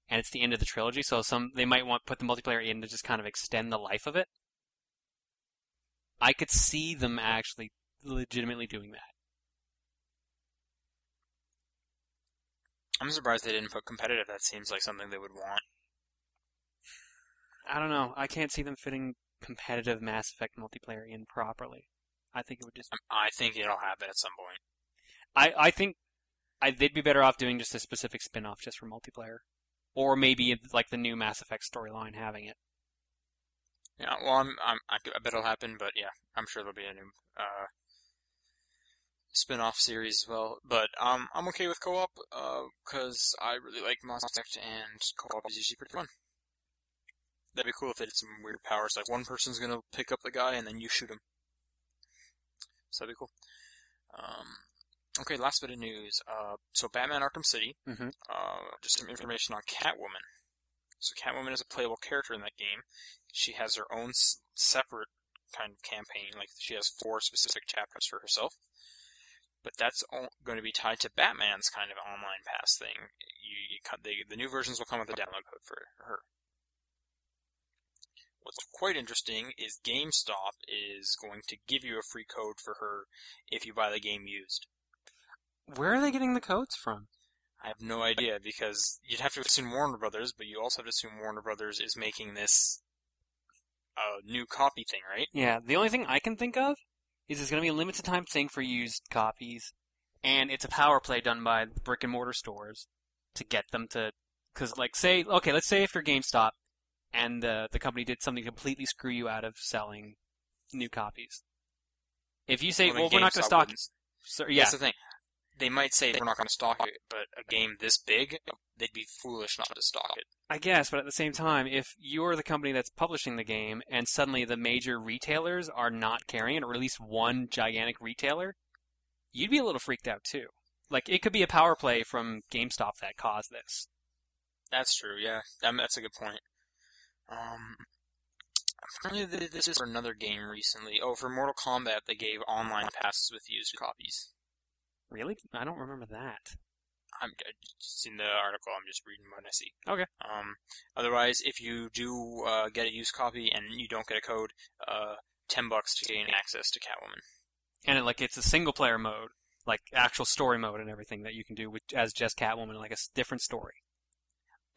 S2: and it's the end of the trilogy so some they might want put the multiplayer in to just kind of extend the life of it i could see them actually legitimately doing that
S1: I'm surprised they didn't put competitive. That seems like something they would want.
S2: i don't know i can't see them fitting competitive mass effect multiplayer in properly i think it would just
S1: I think it'll happen at some point.
S2: I, I think I, they'd be better off doing just a specific spin off just for multiplayer. Or maybe like the new Mass Effect storyline having it.
S1: Yeah, well, I'm, I'm I c- I bet it'll happen, but yeah, I'm sure there'll be a new uh, spin-off series as well. But um, I'm okay with co-op because I really like Mass Effect, and co-op is usually pretty fun. That'd be cool if they did some weird powers, like one person's gonna pick up the guy and then you shoot him. So that'd be cool. Um, okay, last bit of news. Uh, so Batman: Arkham City.
S2: Mhm.
S1: Uh, just some information on Catwoman. So Catwoman is a playable character in that game she has her own s- separate kind of campaign. Like she has four specific chapters for herself, but that's going to be tied to Batman's kind of online pass thing. You, you cut- they, the new versions will come with a download code for her. What's quite interesting is GameStop is going to give you a free code for her if you buy the game used.
S2: Where are they getting the codes from?
S1: I have no idea because you'd have to assume Warner Brothers, but you also have to assume Warner Brothers is making this uh, new copy thing, right?
S2: Yeah, the only thing I can think of is it's going to be a limited time thing for used copies, and it's a power play done by the brick and mortar stores to get them to. Because, like, say, okay, let's say if you're GameStop and the, the company did something to completely screw you out of selling new copies. If you say, well,
S1: then
S2: we're not going
S1: GameStop
S2: to stock
S1: wouldn't-
S2: so,
S1: That's
S2: yeah,
S1: the thing. They might say we're not going to stock it, but a game this big, they'd be foolish not to stock it.
S2: I guess, but at the same time, if you're the company that's publishing the game and suddenly the major retailers are not carrying it, or at least one gigantic retailer, you'd be a little freaked out too. Like it could be a power play from GameStop that caused this.
S1: That's true. Yeah, um, that's a good point. Um, apparently th- this is for another game recently. Oh, for Mortal Kombat, they gave online passes with used copies.
S2: Really? I don't remember that.
S1: I'm I just in the article. I'm just reading what I see.
S2: Okay.
S1: Um. Otherwise, if you do uh, get a used copy and you don't get a code, uh, ten bucks to gain access to Catwoman.
S2: And it, like it's a single player mode, like actual story mode and everything that you can do with as just Catwoman, like a s- different story.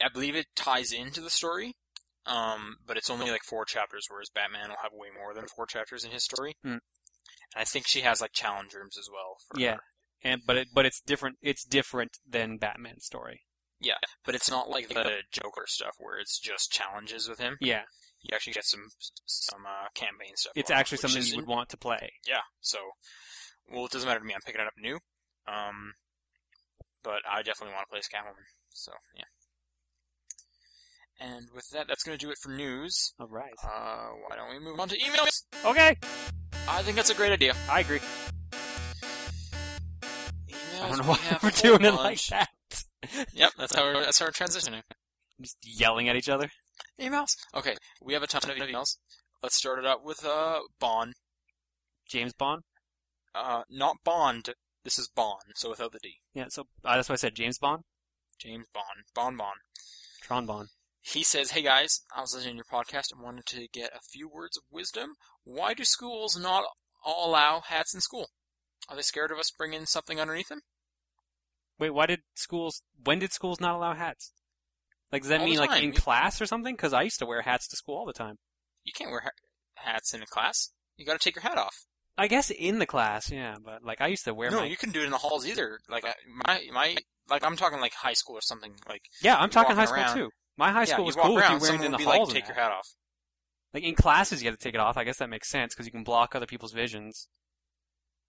S1: I believe it ties into the story, um, but it's
S2: Oh.
S1: only like four chapters, whereas Batman will have way more than four chapters in his story.
S2: Hmm.
S1: And I think she has like challenge rooms as well. For
S2: Yeah.
S1: her.
S2: And but it but it's different. It's different than Batman's story.
S1: But it's not like the Joker stuff where it's just challenges with him.
S2: Yeah,
S1: You actually get some some uh, campaign stuff.
S2: it's
S1: going on,
S2: actually
S1: which
S2: something
S1: is
S2: you would want to play.
S1: yeah. So, well, it doesn't matter to me. I'm picking it up new. Um, but I definitely want to play as Catwoman. So, yeah. And with that, that's going to do it for news.
S2: All right.
S1: Uh, why don't we move on to emails?
S2: Okay,
S1: I think that's a great idea.
S2: I agree.
S1: Emails
S2: I don't know
S1: we
S2: why
S1: have
S2: we're
S1: a whole
S2: doing it like
S1: bunch.
S2: that.
S1: Yep, that's how we're, that's how we're transitioning.
S2: <laughs> Just yelling at each other.
S1: Emails. Okay, we have a ton of emails. Let's start it out with uh Bond.
S2: James Bond.
S1: Uh, not Bond. This is Bond. So without the D.
S2: Yeah, so uh, that's why I said James Bond,
S1: James Bond. Bon Bon.
S2: Tron Bond.
S1: He says, Hey guys, I was listening to your podcast and wanted to get a few words of wisdom. Why do schools not allow hats in school? Are they scared of us bringing something underneath them?
S2: Wait, why did schools? When did schools not allow hats? Like, does that
S1: All the
S2: mean like
S1: time.
S2: in class or something? Because I used to wear hats to school all the time.
S1: You can't wear ha- hats in a class. You gotta take your hat off.
S2: I guess in the class, yeah, but like I used to wear
S1: no,
S2: my.
S1: you can do it in the halls either. Like, I- my, my, like, I'm talking like high school or something. Like,
S2: yeah, I'm talking
S1: walking
S2: high school
S1: around.
S2: too. My high
S1: yeah,
S2: school
S1: you
S2: was
S1: walk
S2: cool if you
S1: around,
S2: were wearing it
S1: someone
S2: in
S1: would
S2: the
S1: be
S2: halls.
S1: like,
S2: and
S1: take your
S2: that.
S1: hat off.
S2: Like in classes, you got to take it off. I guess that makes sense because you can block other people's visions.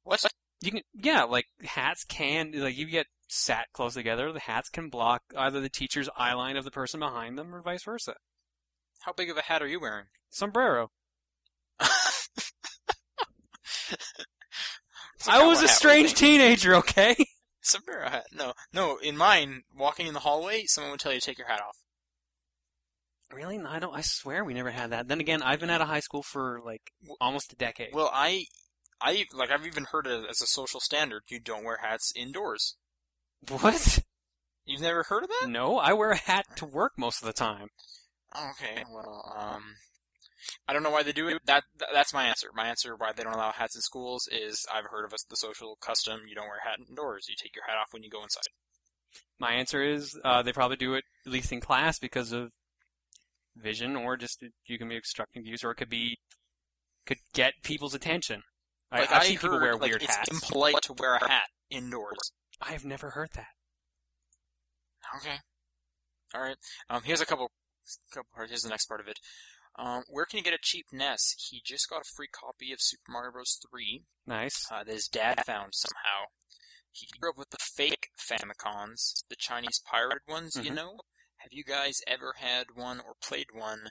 S1: What? <laughs>
S2: You can, yeah, like hats can, like you get sat close together, the hats can block either the teacher's eye line of the person behind them or vice versa.
S1: How big of a hat are you wearing? <laughs>
S2: Sombrero.
S1: It's like,
S2: I
S1: "Oh,
S2: was
S1: what
S2: a
S1: hat were you
S2: strange
S1: <laughs> thinking?"
S2: teenager, okay? <laughs>
S1: sombrero hat. No, no. In mine, walking in the hallway, someone would tell you to take your hat off.
S2: Really? No, I don't, I swear we never had that. Then again, I've been out of high school for like almost a decade.
S1: Well, I, I like I've even heard it as a social standard. You don't wear hats indoors.
S2: what?
S1: You've never heard of that?
S2: <laughs> No, I wear a hat to work most of the time.
S1: Oh, okay. Well, um, I don't know why they do it. That th- that's my answer. My answer why they don't allow hats in schools is I've heard of us the social custom. You don't wear a hat indoors. You take your hat off when you go inside.
S2: My answer is, uh, they probably do it at least in class because of vision or just you can be obstructing views or it could be, could get people's attention. I,
S1: Like,
S2: I've
S1: I
S2: seen people
S1: heard,
S2: wear
S1: like,
S2: weird
S1: it's
S2: hats.
S1: impolite to wear a hat indoors.
S2: I've never heard that.
S1: Okay. All right. Um, here's a couple. Couple parts. Here's the next part of it. Um, where can you get a cheap NES? He just got a free copy of Super Mario Bros. 3.
S2: Nice.
S1: uh, that his dad found somehow. He grew up with the fake Famicons, the Chinese pirated ones, you
S2: Mhm.
S1: know? Have you guys ever had one or played one?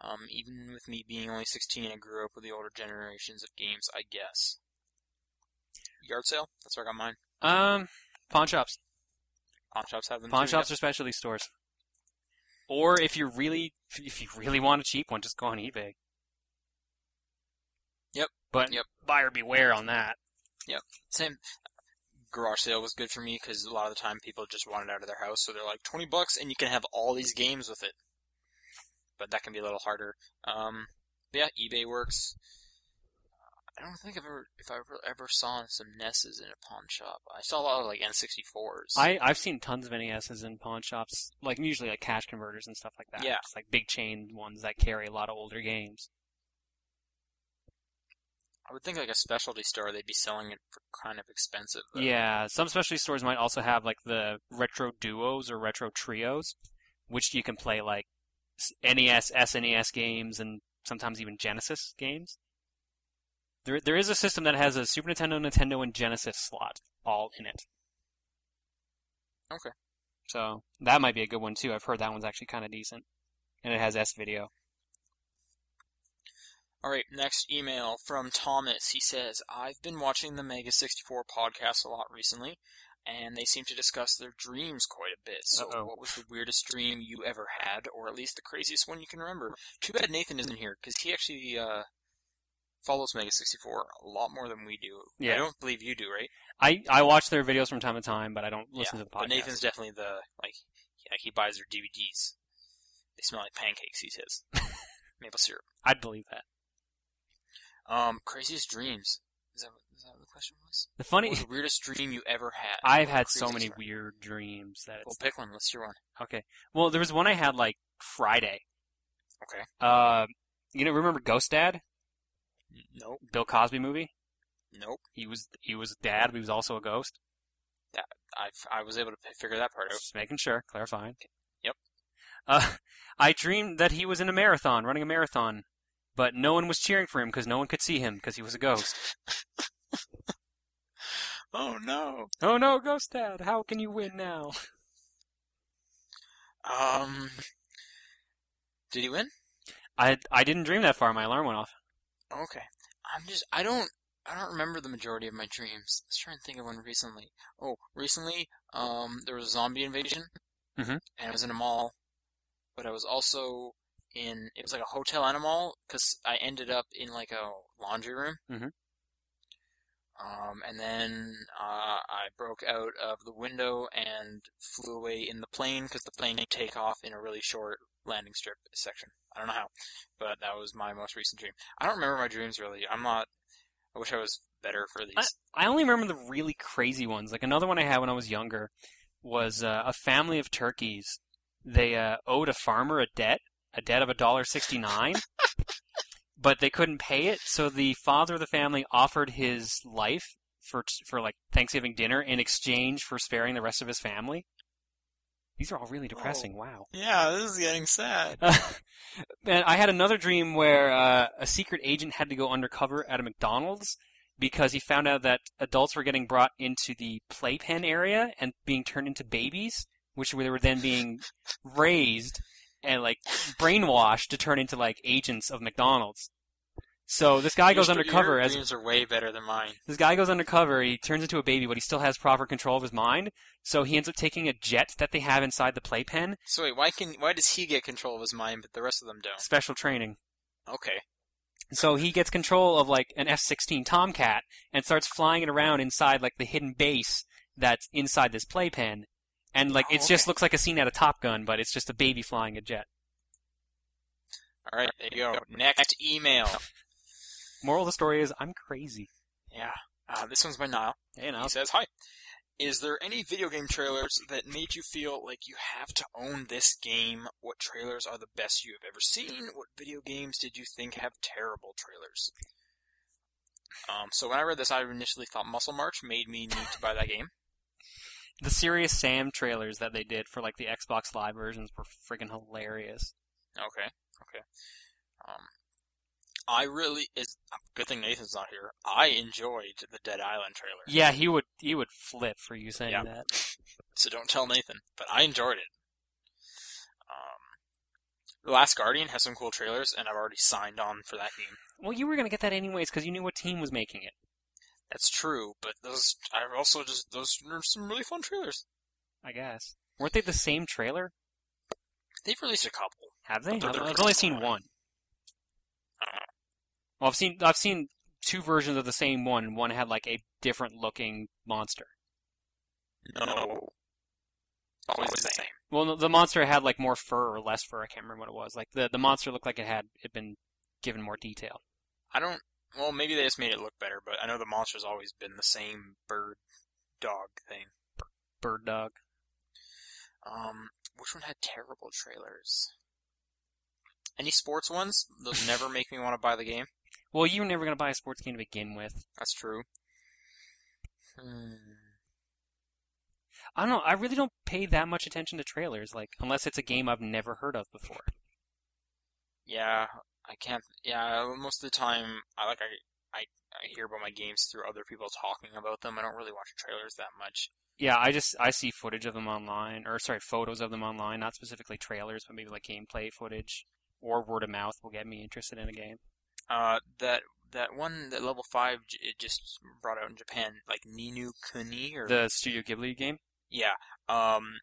S1: Um, even with me being only 16, I grew up with the older generations of games, I guess. Yard sale? That's where I got mine.
S2: Um, pawn shops.
S1: Pawn shops have them
S2: Pawn
S1: too,
S2: shops are specialty stores. Or if you really, if you really want a cheap one, just go on eBay. But
S1: Yep.
S2: buyer beware on that.
S1: Same. Garage sale was good for me because a lot of the time people just want it out of their house, so they're like twenty bucks, and you can have all these games with it. But that can be a little harder. Um, but yeah, eBay works. I don't think I've ever, if I ever, ever saw some Nesses in a pawn shop. I saw a lot of like N64s.
S2: I I've seen tons of NESs in pawn shops, like usually like cash converters and stuff like that.
S1: Yeah.
S2: Just like big chain ones that carry a lot of older games.
S1: I would think like a specialty store, they'd be selling it for kind of expensive. Though.
S2: Yeah, some specialty stores might also have like the retro duos or retro trios, which you can play like s- NES, SNES games, and sometimes even Genesis games. There, there is a system that has a Super Nintendo, Nintendo, and Genesis slot all in it.
S1: Okay.
S2: So that might be a good one too. I've heard that one's actually kind of decent, and it has S video.
S1: All right, next email from Thomas. He says, I've been watching the Mega 64 podcast a lot recently, and they seem to discuss their dreams quite a bit. So,
S2: Uh-oh.
S1: what was the weirdest dream you ever had, or at least the craziest one you can remember? Too bad Nathan isn't here, because he actually uh, follows Mega 64 a lot more than we do.
S2: Yeah.
S1: I don't believe you do, right?
S2: I I watch their videos from time to time, but I don't listen
S1: yeah,
S2: to the podcast.
S1: But Nathan's definitely the, like, yeah, he buys their DVDs. They smell like pancakes, he
S2: <laughs>
S1: says. Maple syrup.
S2: I'd believe that.
S1: Um, craziest dreams. Is that, is that what the question was?
S2: The
S1: What
S2: funny,
S1: was the weirdest dream you ever had?
S2: <laughs> I've
S1: Or
S2: had so
S1: craziest
S2: many
S1: one?
S2: weird dreams that
S1: Well,
S2: it's
S1: pick one. Let's hear one.
S2: Okay. Well, there was one I had like Friday.
S1: Okay.
S2: Uh, you know, remember Ghost Dad,
S1: Nope.
S2: Bill Cosby movie?
S1: Nope.
S2: He was he was a dad, but he was also a ghost.
S1: I, I was able to p- figure that part out.
S2: Just making sure, clarifying.
S1: Yep.
S2: Uh, <laughs> I dreamed that he was in a marathon, running a marathon, but no one was cheering for him because no one could see him because he was a ghost.
S1: Oh no.
S2: oh no, Ghost Dad! How can you win now?
S1: Um. Did he win?
S2: I I didn't dream that far. My alarm went off.
S1: Okay. I'm just. I don't. I don't remember the majority of my dreams. Let's try and think of one recently. Oh, recently, um, there was a zombie invasion,
S2: Mhm.
S1: and I was in a mall, but I was also in. It was like a hotel and a mall because I ended up in like a laundry room.
S2: Mhm.
S1: Um, and then uh, I broke out of the window and flew away in the plane because the plane take off in a really short landing strip section. I don't know how, but that was my most recent dream. I don't remember my dreams really. I'm not. I wish I was better for these.
S2: I only remember the really crazy ones. Like another one I had when I was younger was uh, a family of turkeys. They uh, owed a farmer a debt, a debt of a dollar sixty-nine, but they couldn't pay it. So the father of the family offered his life for for like Thanksgiving dinner in exchange for sparing the rest of his family. These are all really depressing. Wow.
S1: Yeah, this is getting sad.
S2: Uh, <laughs> and I had another dream where uh, a secret agent had to go undercover at a McDonald's because he found out that adults were getting brought into the playpen area and being turned into babies, which were they were then being raised and like brainwashed to turn into like agents of McDonald's. So this guy goes
S1: Your-
S2: undercover
S1: your
S2: as
S1: dreams are way better than mine.
S2: this guy goes undercover. He turns into a baby, but he still has proper control of his mind. So he ends up taking a jet that they have inside the playpen.
S1: So wait, why can why does he get control of his mind but the rest of them don't?
S2: Special training.
S1: Okay.
S2: So he gets control of like an F-16 Tomcat and starts flying it around inside like the hidden base that's inside this playpen, and like
S1: Oh,
S2: it just
S1: okay.
S2: looks like a scene out of Top Gun, but it's just a baby flying a jet.
S1: All right, there you go. Next email.
S2: Moral of the story is I'm crazy.
S1: Yeah. Uh, this one's by Niall.
S2: You know,
S1: He says, "Hi. Is there any video game trailers that made you feel like you have to own this game? What trailers are the best you have ever seen? What video games did you think have terrible trailers?" Um, so when I read this, I initially thought Muscle March made me need to buy that game.
S2: the Serious Sam trailers that they did for like the Xbox Live versions were freaking hilarious.
S1: Okay. Okay. Um, I really is good thing Nathan's not here. I enjoyed the Dead Island trailer.
S2: Yeah, he would he would flip for you saying
S1: Yeah.
S2: that.
S1: So don't tell Nathan, but I enjoyed it. Um, the Last Guardian has some cool trailers, and I've already signed on for that game.
S2: Well, you were gonna get that anyways because you knew what team was making it.
S1: That's true, but those I also just those are some really fun trailers.
S2: I guess weren't they the same trailer?
S1: They've released a couple.
S2: Have they?
S1: They're-
S2: I've,
S1: they're
S2: I've
S1: pretty
S2: only seen
S1: similar.
S2: one.
S1: I don't know.
S2: Well, I've seen I've seen two versions of the same one, and one had like a different looking monster.
S1: No. It's always the same.
S2: Well, no, the monster had like more fur or less fur. I can't remember what it was. Like the the monster looked like it had had been given more detail.
S1: I don't. Well, maybe they just made it look better, but I know the monster's always been the same bird dog thing.
S2: Bird dog.
S1: Um, which one had terrible trailers? Any sports ones? Those never make me want to buy the game.
S2: Well, you were never gonna buy a sports game to begin with.
S1: That's true. Hmm.
S2: I don't know. I really don't pay that much attention to trailers, like unless it's a game I've never heard of before.
S1: Yeah, I can't. Yeah, most of the time, I like I, I I hear about my games through other people talking about them. I don't really watch trailers that much.
S2: Yeah, I just I see footage of them online, or sorry, photos of them online, not specifically trailers, but maybe like gameplay footage or word of mouth will get me interested in a game.
S1: Uh, that that one that level five j- it just brought out in Japan, like Ninu Kuni or
S2: The Studio Ghibli game.
S1: yeah. Um,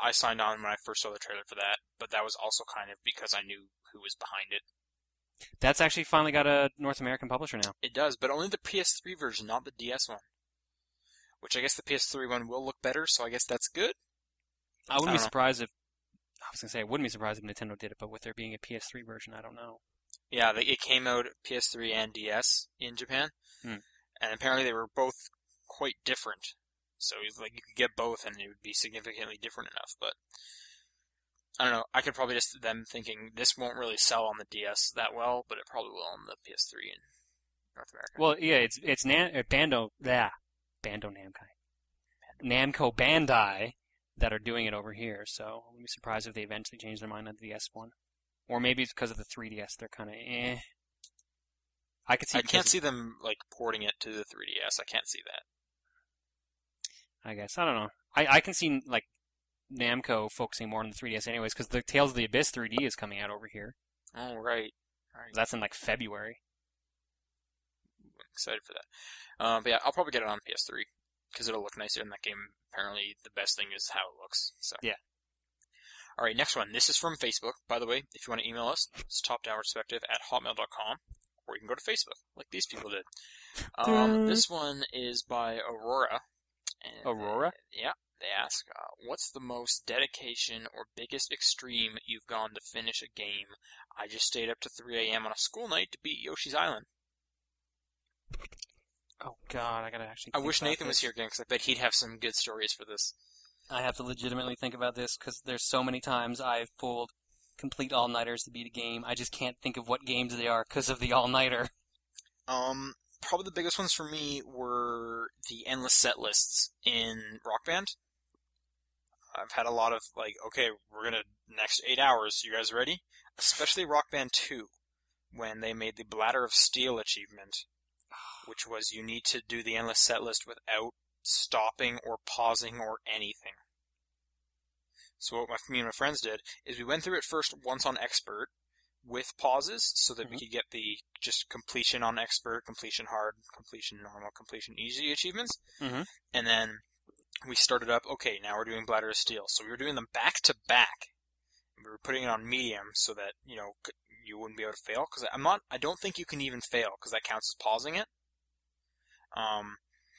S1: I signed on when I first saw the trailer for that, but that was also kind of because I knew who was behind it.
S2: That's actually finally got a North American publisher now.
S1: It does, but only the PS3 version, not the DS one. Which I guess the PS3 one will look better, so I guess that's good.
S2: I
S1: I
S2: wouldn't be
S1: don't know.
S2: surprised if I was gonna say I wouldn't be surprised if Nintendo did it, but with there being a PS3 version, I don't know.
S1: Yeah, they, it came out PS3 and DS in Japan,
S2: Hmm.
S1: and apparently they were both quite different. So it's like you could get both, and it would be significantly different enough. But I don't know. I could probably just them thinking this won't really sell on the DS that well, but it probably will on the PS3 in North America.
S2: Well, yeah, it's it's Nan- uh, Bando, yeah, Bando Namco, Namco Bandai that are doing it over here. So I wouldn't be surprised if they eventually change their mind on the DS one, or maybe it's because of the 3DS they're kind of eh. I could see.
S1: I
S2: because
S1: can't
S2: of-
S1: see them like porting it to the 3DS. I can't see that.
S2: I guess I don't know. I I can see like Namco focusing more on the 3DS anyways because the Tales of the Abyss 3D is coming out over here.
S1: Oh right, right.
S2: That's in like February.
S1: I'm excited for that. Um, but yeah, I'll probably get it on PS3 because it'll look nicer in that game. Apparently, the best thing is how it looks. So
S2: Yeah.
S1: All right, next one. This is from Facebook, by the way. If you want to email us, it's topdownperspective at hotmail.com, or you can go to Facebook, like these people did. Um, this one is by Aurora. and-
S2: Aurora?
S1: Yeah. They ask, uh, what's the most dedication or biggest extreme you've gone to finish a game? I just stayed up to 3 a.m. on a school night to beat Yoshi's Island.
S2: Oh God, I gotta actually.
S1: I
S2: think
S1: wish
S2: about
S1: Nathan was
S2: this.
S1: here again because I bet he'd have some good stories for this.
S2: I have to legitimately think about this because there's so many times I've pulled complete all nighters to beat a game. I just can't think of what games they are because of the all nighter.
S1: Um, probably the biggest ones for me were the endless set lists in Rock Band. I've had a lot of like, okay, we're gonna next eight hours. You guys ready? Especially Rock Band Two, when they made the Bladder of Steel achievement, <sighs> which was you need to do the endless set list without stopping or pausing or anything. So what my, me and my friends did is we went through it first once on expert with pauses so that we
S2: Mhm.
S1: could get the just completion on expert, completion hard, completion normal, completion easy achievements.
S2: Mhm.
S1: And then we started up, okay, now we're doing Bladder of Steel. So we were doing them back to back. We were putting it on medium so that, you know, c- you wouldn't be able to fail because I'm not I don't think you can even fail because that counts as pausing it. Um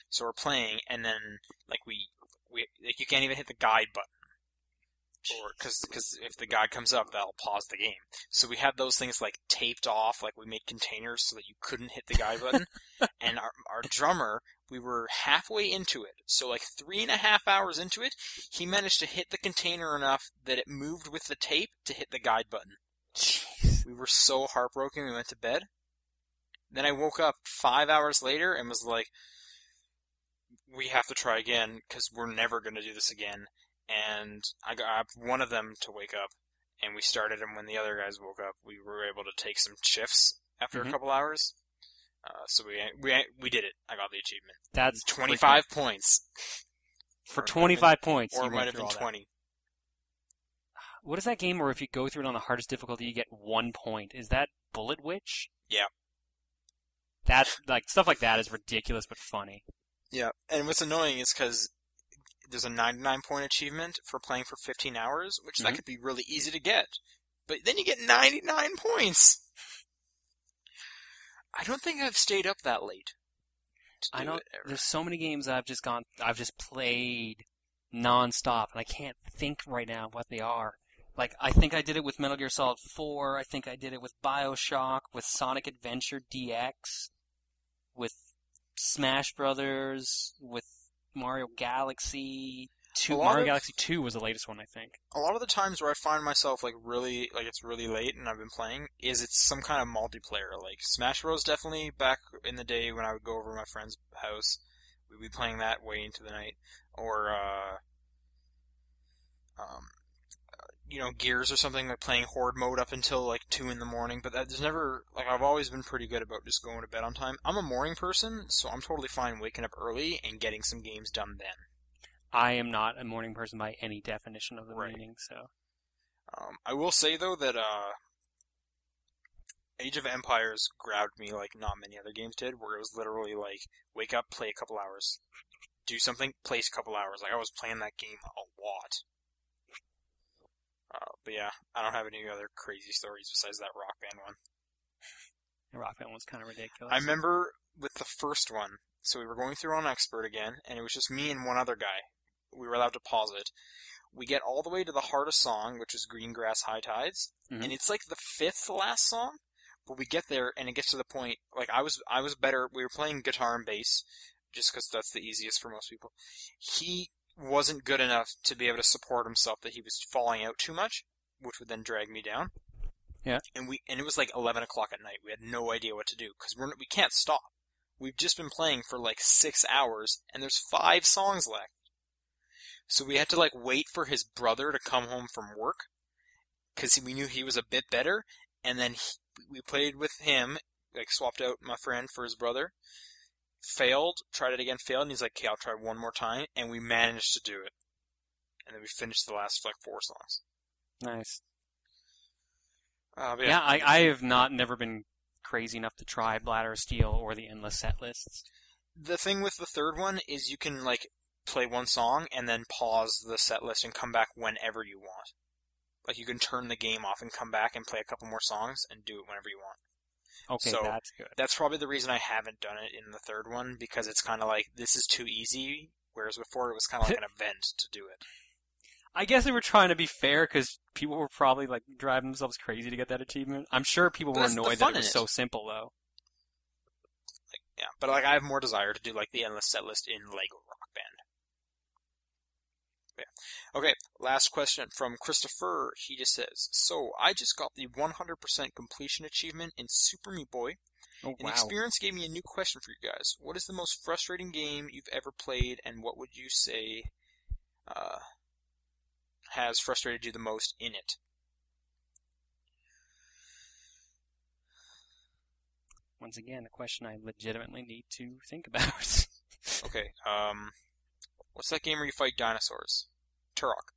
S1: so we're playing and then like we we like you can't even hit the guide button or because if the guide comes up, that'll pause the game. So we had those things like taped off, like we made containers so that you couldn't hit the guide button. and our our drummer, we were halfway into it, so like three and a half hours into it, he managed to hit the container enough that it moved with the tape to hit the guide button.
S2: Jeez.
S1: We were so heartbroken. We went to bed. Then I woke up five hours later and was like, "We have to try again because we're never going to do this again." And I got one of them to wake up, and we started. And when the other guys woke up, we were able to take some shifts after
S2: Mhm.
S1: a couple hours. Uh, so we we we did it. I got the achievement.
S2: That's
S1: Twenty five
S2: <laughs>
S1: points,
S2: freaking- for
S1: or it might've
S2: twenty five
S1: or
S2: points. you
S1: it
S2: went
S1: might have
S2: through
S1: been
S2: all that.
S1: twenty.
S2: What is that game where if you go through it on the hardest difficulty you get one point? Is that Bullet Witch?
S1: Yeah.
S2: That's like stuff like that is ridiculous but funny.
S1: Yeah, and what's annoying is because there's a 99 point achievement for playing for 15 hours, which that
S2: Mhm.
S1: could be really easy to get. But then you get 99 points. I don't think I've stayed up that late. to
S2: I
S1: do
S2: don't-
S1: it ever.
S2: There's so many games I've just gone, I've just played nonstop, and I can't think right now what they are. Like I think I did it with Metal Gear Solid 4. I think I did it with BioShock, with Sonic Adventure DX, with Smash Brothers, with Mario Galaxy.
S1: A
S2: Two
S1: lot
S2: Mario
S1: of-
S2: Galaxy 2 was the latest one, I think.
S1: a lot of the times where I find myself like really like it's really late and I've been playing is it's some kind of multiplayer. Like Smash Bros. definitely back in the day when I would go over to my friend's house, we'd be playing that way into the night. Or uh um uh, you know, Gears or something, like playing Horde mode up until like two in the morning, but that, there's never like I've always been pretty good about just going to bed on time. I'm a morning person, so I'm totally fine waking up early and getting some games done then.
S2: I am not a morning person by any definition of the
S1: Right.
S2: meaning, so
S1: Um, I will say though that uh, Age of Empires grabbed me like not many other games did, where it was literally like wake up, play a couple hours, do something, play a couple hours. Like I was playing that game a lot. Uh, but yeah, I don't have any other crazy stories besides that Rock Band one.
S2: the Rock Band was kind of ridiculous.
S1: I remember with the first one, so we were going through on expert again, and it was just me and one other guy. We were allowed to pause it. We get all the way to the heart of song, which is Green Grass High Tides,
S2: Mhm.
S1: and it's like the fifth last song. But we get there, and it gets to the point. Like I was, I was better. We were playing guitar and bass, just because that's the easiest for most people. He wasn't good enough to be able to support himself; that he was falling out too much, which would then drag me down and we and it was like eleven o'clock at night. We had no idea what to do because we're we can't stop. We've just been playing for like six hours, and there's five songs left. So we had to like wait for his brother to come home from work because we knew he was a bit better, and then he, we played with him, like swapped out my friend for his brother. Failed, tried it again, failed, and he's like, "Okay, I'll try one more time," and we managed to do it. And then we finished the last like four songs.
S2: nice.
S1: Uh, but
S2: Yeah, I, I have not never been crazy enough to try Bladder of Steel or the endless set lists.
S1: the thing with the third one is you can like play one song and then pause the set list and come back whenever you want. Like you can turn the game off and come back and play a couple more songs and do it whenever you want.
S2: Okay,
S1: So-
S2: that's good.
S1: That's probably the reason I haven't done it in the third one because it's kind of like this is too easy. Whereas before it was kind of like an event to do it.
S2: I guess they were trying to be fair because people were probably like driving themselves crazy to get that achievement. I'm sure people
S1: But
S2: were
S1: that's the
S2: annoyed
S1: fun
S2: that
S1: in
S2: it was
S1: it.
S2: so simple though.
S1: Yeah, but like I have more desire to do like the endless set list in Lego Rock Band. Yeah. Okay, last question from Christopher. He just says, "So I just got the 100% completion achievement in Super Meat Boy.
S2: Oh
S1: And the experience gave me a new question for you guys. What is the most frustrating game you've ever played, and what would you say uh, has frustrated you the most in it?"
S2: Once again, a question I legitimately need to think about. <laughs>
S1: Okay. Um, what's that game where you fight dinosaurs? Turok.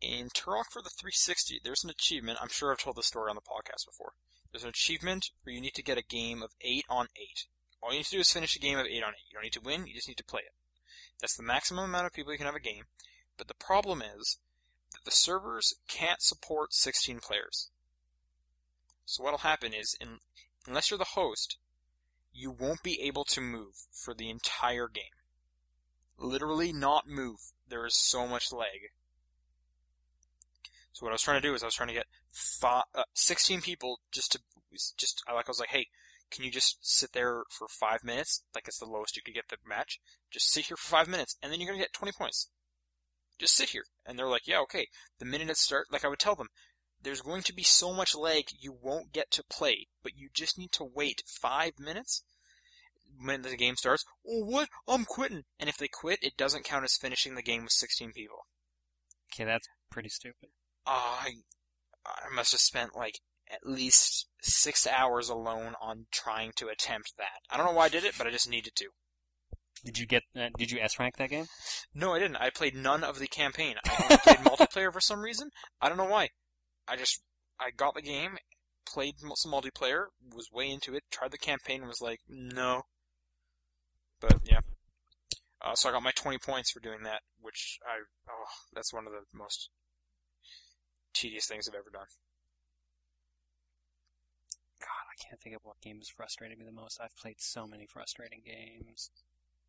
S1: In Turok for the 360, there's an achievement. I'm sure I've told this story on the podcast before. There's an achievement where you need to get a game of eight on eight. All you need to do is finish a game of eight on eight. You don't need to win. You just need to play it. That's the maximum amount of people you can have a game. But the problem is that the servers can't support 16 players. So what'll happen is, in, unless you're the host, you won't be able to move for the entire game. Literally not move. There is so much lag. So what I was trying to do is I was trying to get fi uh, 16 people just to just I like I was like, "Hey, can you just sit there for 5 minutes? Like it's the lowest you could get the match. Just sit here for 5 minutes and then you're going to get 20 points. Just sit here." And they're like, "Yeah, okay." The minute it starts, like I would tell them, there's going to be so much lag you won't get to play, but you just need to wait five minutes when the game starts. Oh, what? I'm quitting. And if they quit, it doesn't count as finishing the game with 16 people. Ah,
S2: okay, that's pretty stupid.
S1: I, I must have spent like at least six hours alone on trying to attempt that. I don't know why I did it, but I just needed to.
S2: Did you get? Uh, did you S rank that game?
S1: No, I didn't. I played none of the campaign. I only played multiplayer for some reason. I don't know why. I just I got the game, played m- some multiplayer, was way into it, tried the campaign, and was like, no. But yeah. Uh, so I got my 20 points for doing that, which I oh that's one of the most tedious things I've ever done.
S2: God, I can't think of what game has frustrated me the most. I've played so many frustrating games.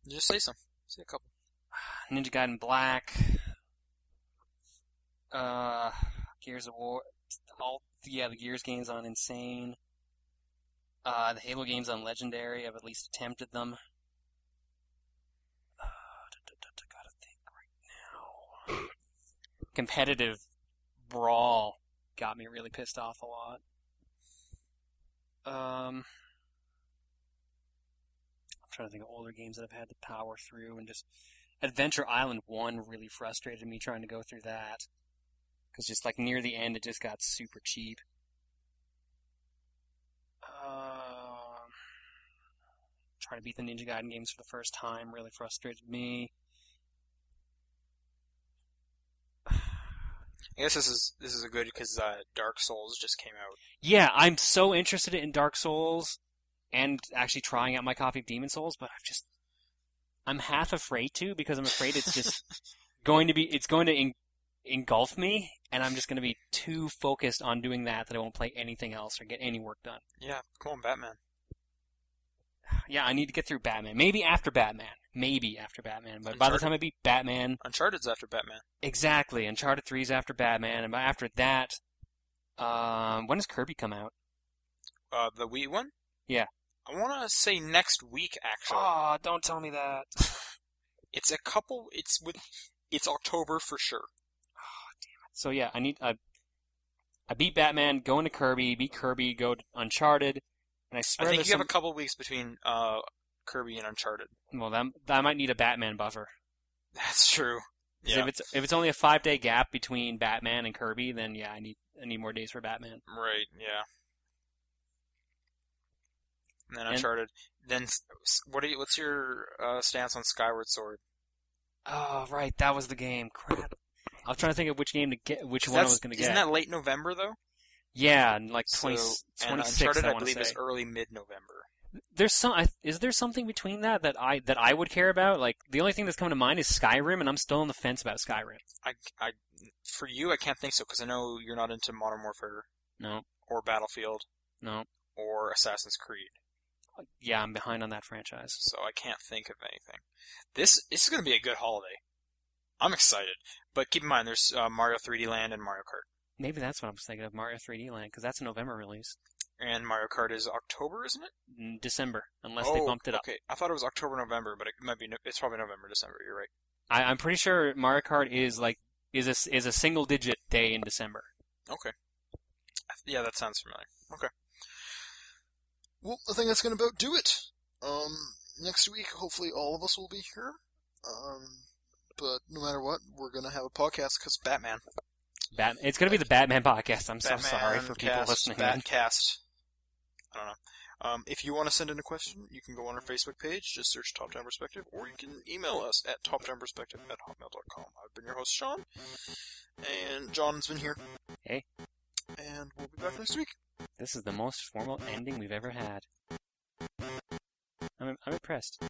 S1: Just say some. Say a couple.
S2: Ninja Gaiden Black, uh, Gears of War, all yeah, the Gears games on Insane, uh, the Halo games on Legendary. I've at least attempted them. Uh, da- da- da- da- gotta think right now. Competitive brawl got me really pissed off a lot. Um, I'm trying to think of older games that I've had to power through and just Adventure Island 1 really frustrated me trying to go through that. Because just like near the end, it just got super cheap. Uh, trying to beat the Ninja Gaiden games for the first time really frustrated me.
S1: I guess this is this is a good because uh, Dark Souls just came out.
S2: Yeah, I'm so interested in Dark Souls and actually trying out my copy of Demon Souls, but I've just I'm half afraid to because I'm afraid it's <laughs> just going to be it's going to en- engulf me and I'm just going to be too focused on doing that that I won't play anything else or get any work done.
S1: Yeah, come on, Batman.
S2: Yeah, I need to get through Batman. Maybe after Batman. Maybe after Batman. But by the
S1: Uncharted.
S2: time I beat Batman,
S1: Uncharted's after Batman.
S2: exactly, Uncharted 3 is after Batman and by- after that um when does Kirby come out?
S1: Uh, the Wii one.
S2: Yeah.
S1: I want to say next week. Actually,
S2: Oh, don't tell me that. oh,
S1: it's a couple. It's with. It's October for sure.
S2: damn it. So yeah, I need I I beat Batman, go into Kirby, beat Kirby, go to Uncharted, and I
S1: I
S2: swear
S1: think
S2: there's
S1: you have
S2: some-
S1: a couple weeks between uh, Kirby and
S2: <laughs>
S1: Uncharted.
S2: Well, that, that might need a Batman buffer.
S1: That's true.
S2: 'Cause
S1: Yeah.
S2: If it's if it's only a five day gap between Batman and Kirby, then yeah, I need I need more days for Batman.
S1: Right. Yeah. And then
S2: And-
S1: Uncharted. Then s- s- what? Are you, what's your uh, stance on Skyward Sword?
S2: Oh, right, that was the game. Crap. I was trying to think of which game to get, which
S1: 'Cause
S2: one I
S1: that's-
S2: was going to get.
S1: Isn't that late November though?
S2: yeah, and like 20,
S1: So- and
S2: 26,
S1: Uncharted, I,
S2: I want to
S1: believe,
S2: say.
S1: is early mid-November.
S2: There's some. I, is there something between that that I that I would care about? Like the only thing that's come to mind is Skyrim, and I'm still on the fence about Skyrim.
S1: I, I, for you, I can't think so because I know you're not into Modern Warfare
S2: No,
S1: or Battlefield
S2: no.
S1: or Assassin's Creed,
S2: Yeah, I'm behind on that franchise.
S1: so I can't think of anything. This this is going to be a good holiday. I'm excited, but keep in mind there's uh, Mario 3D Land and Mario Kart,
S2: Maybe that's what I was thinking of Mario 3D Land because that's a November release,
S1: and Mario Kart is October, isn't it?
S2: Mm, December, unless
S1: oh,
S2: they bumped it up.
S1: Okay, I thought it was October November, but it might be. No- It's probably November December. You're right.
S2: I, I'm pretty sure Mario Kart is like is a is a single digit day in December.
S1: Okay. I th- Yeah, that sounds familiar. Okay. Well, I think that's going to about do it. Um, next week, hopefully, all of us will be here. Um, but no matter what, we're going to have a podcast because Batman.
S2: Bat- it's gonna be the Batman podcast. I'm so sorry for people
S1: cast,
S2: listening. in.
S1: Batcast. I don't know. Um, if you want to send in a question, you can go on our Facebook page, just search Top Down Perspective, or you can email us at topdownperspective at hotmail.com. I've been your host, Sean, and John's been here.
S2: Hey.
S1: And we'll be back next week.
S2: <laughs> This is the most formal ending we've ever had. I'm I'm impressed.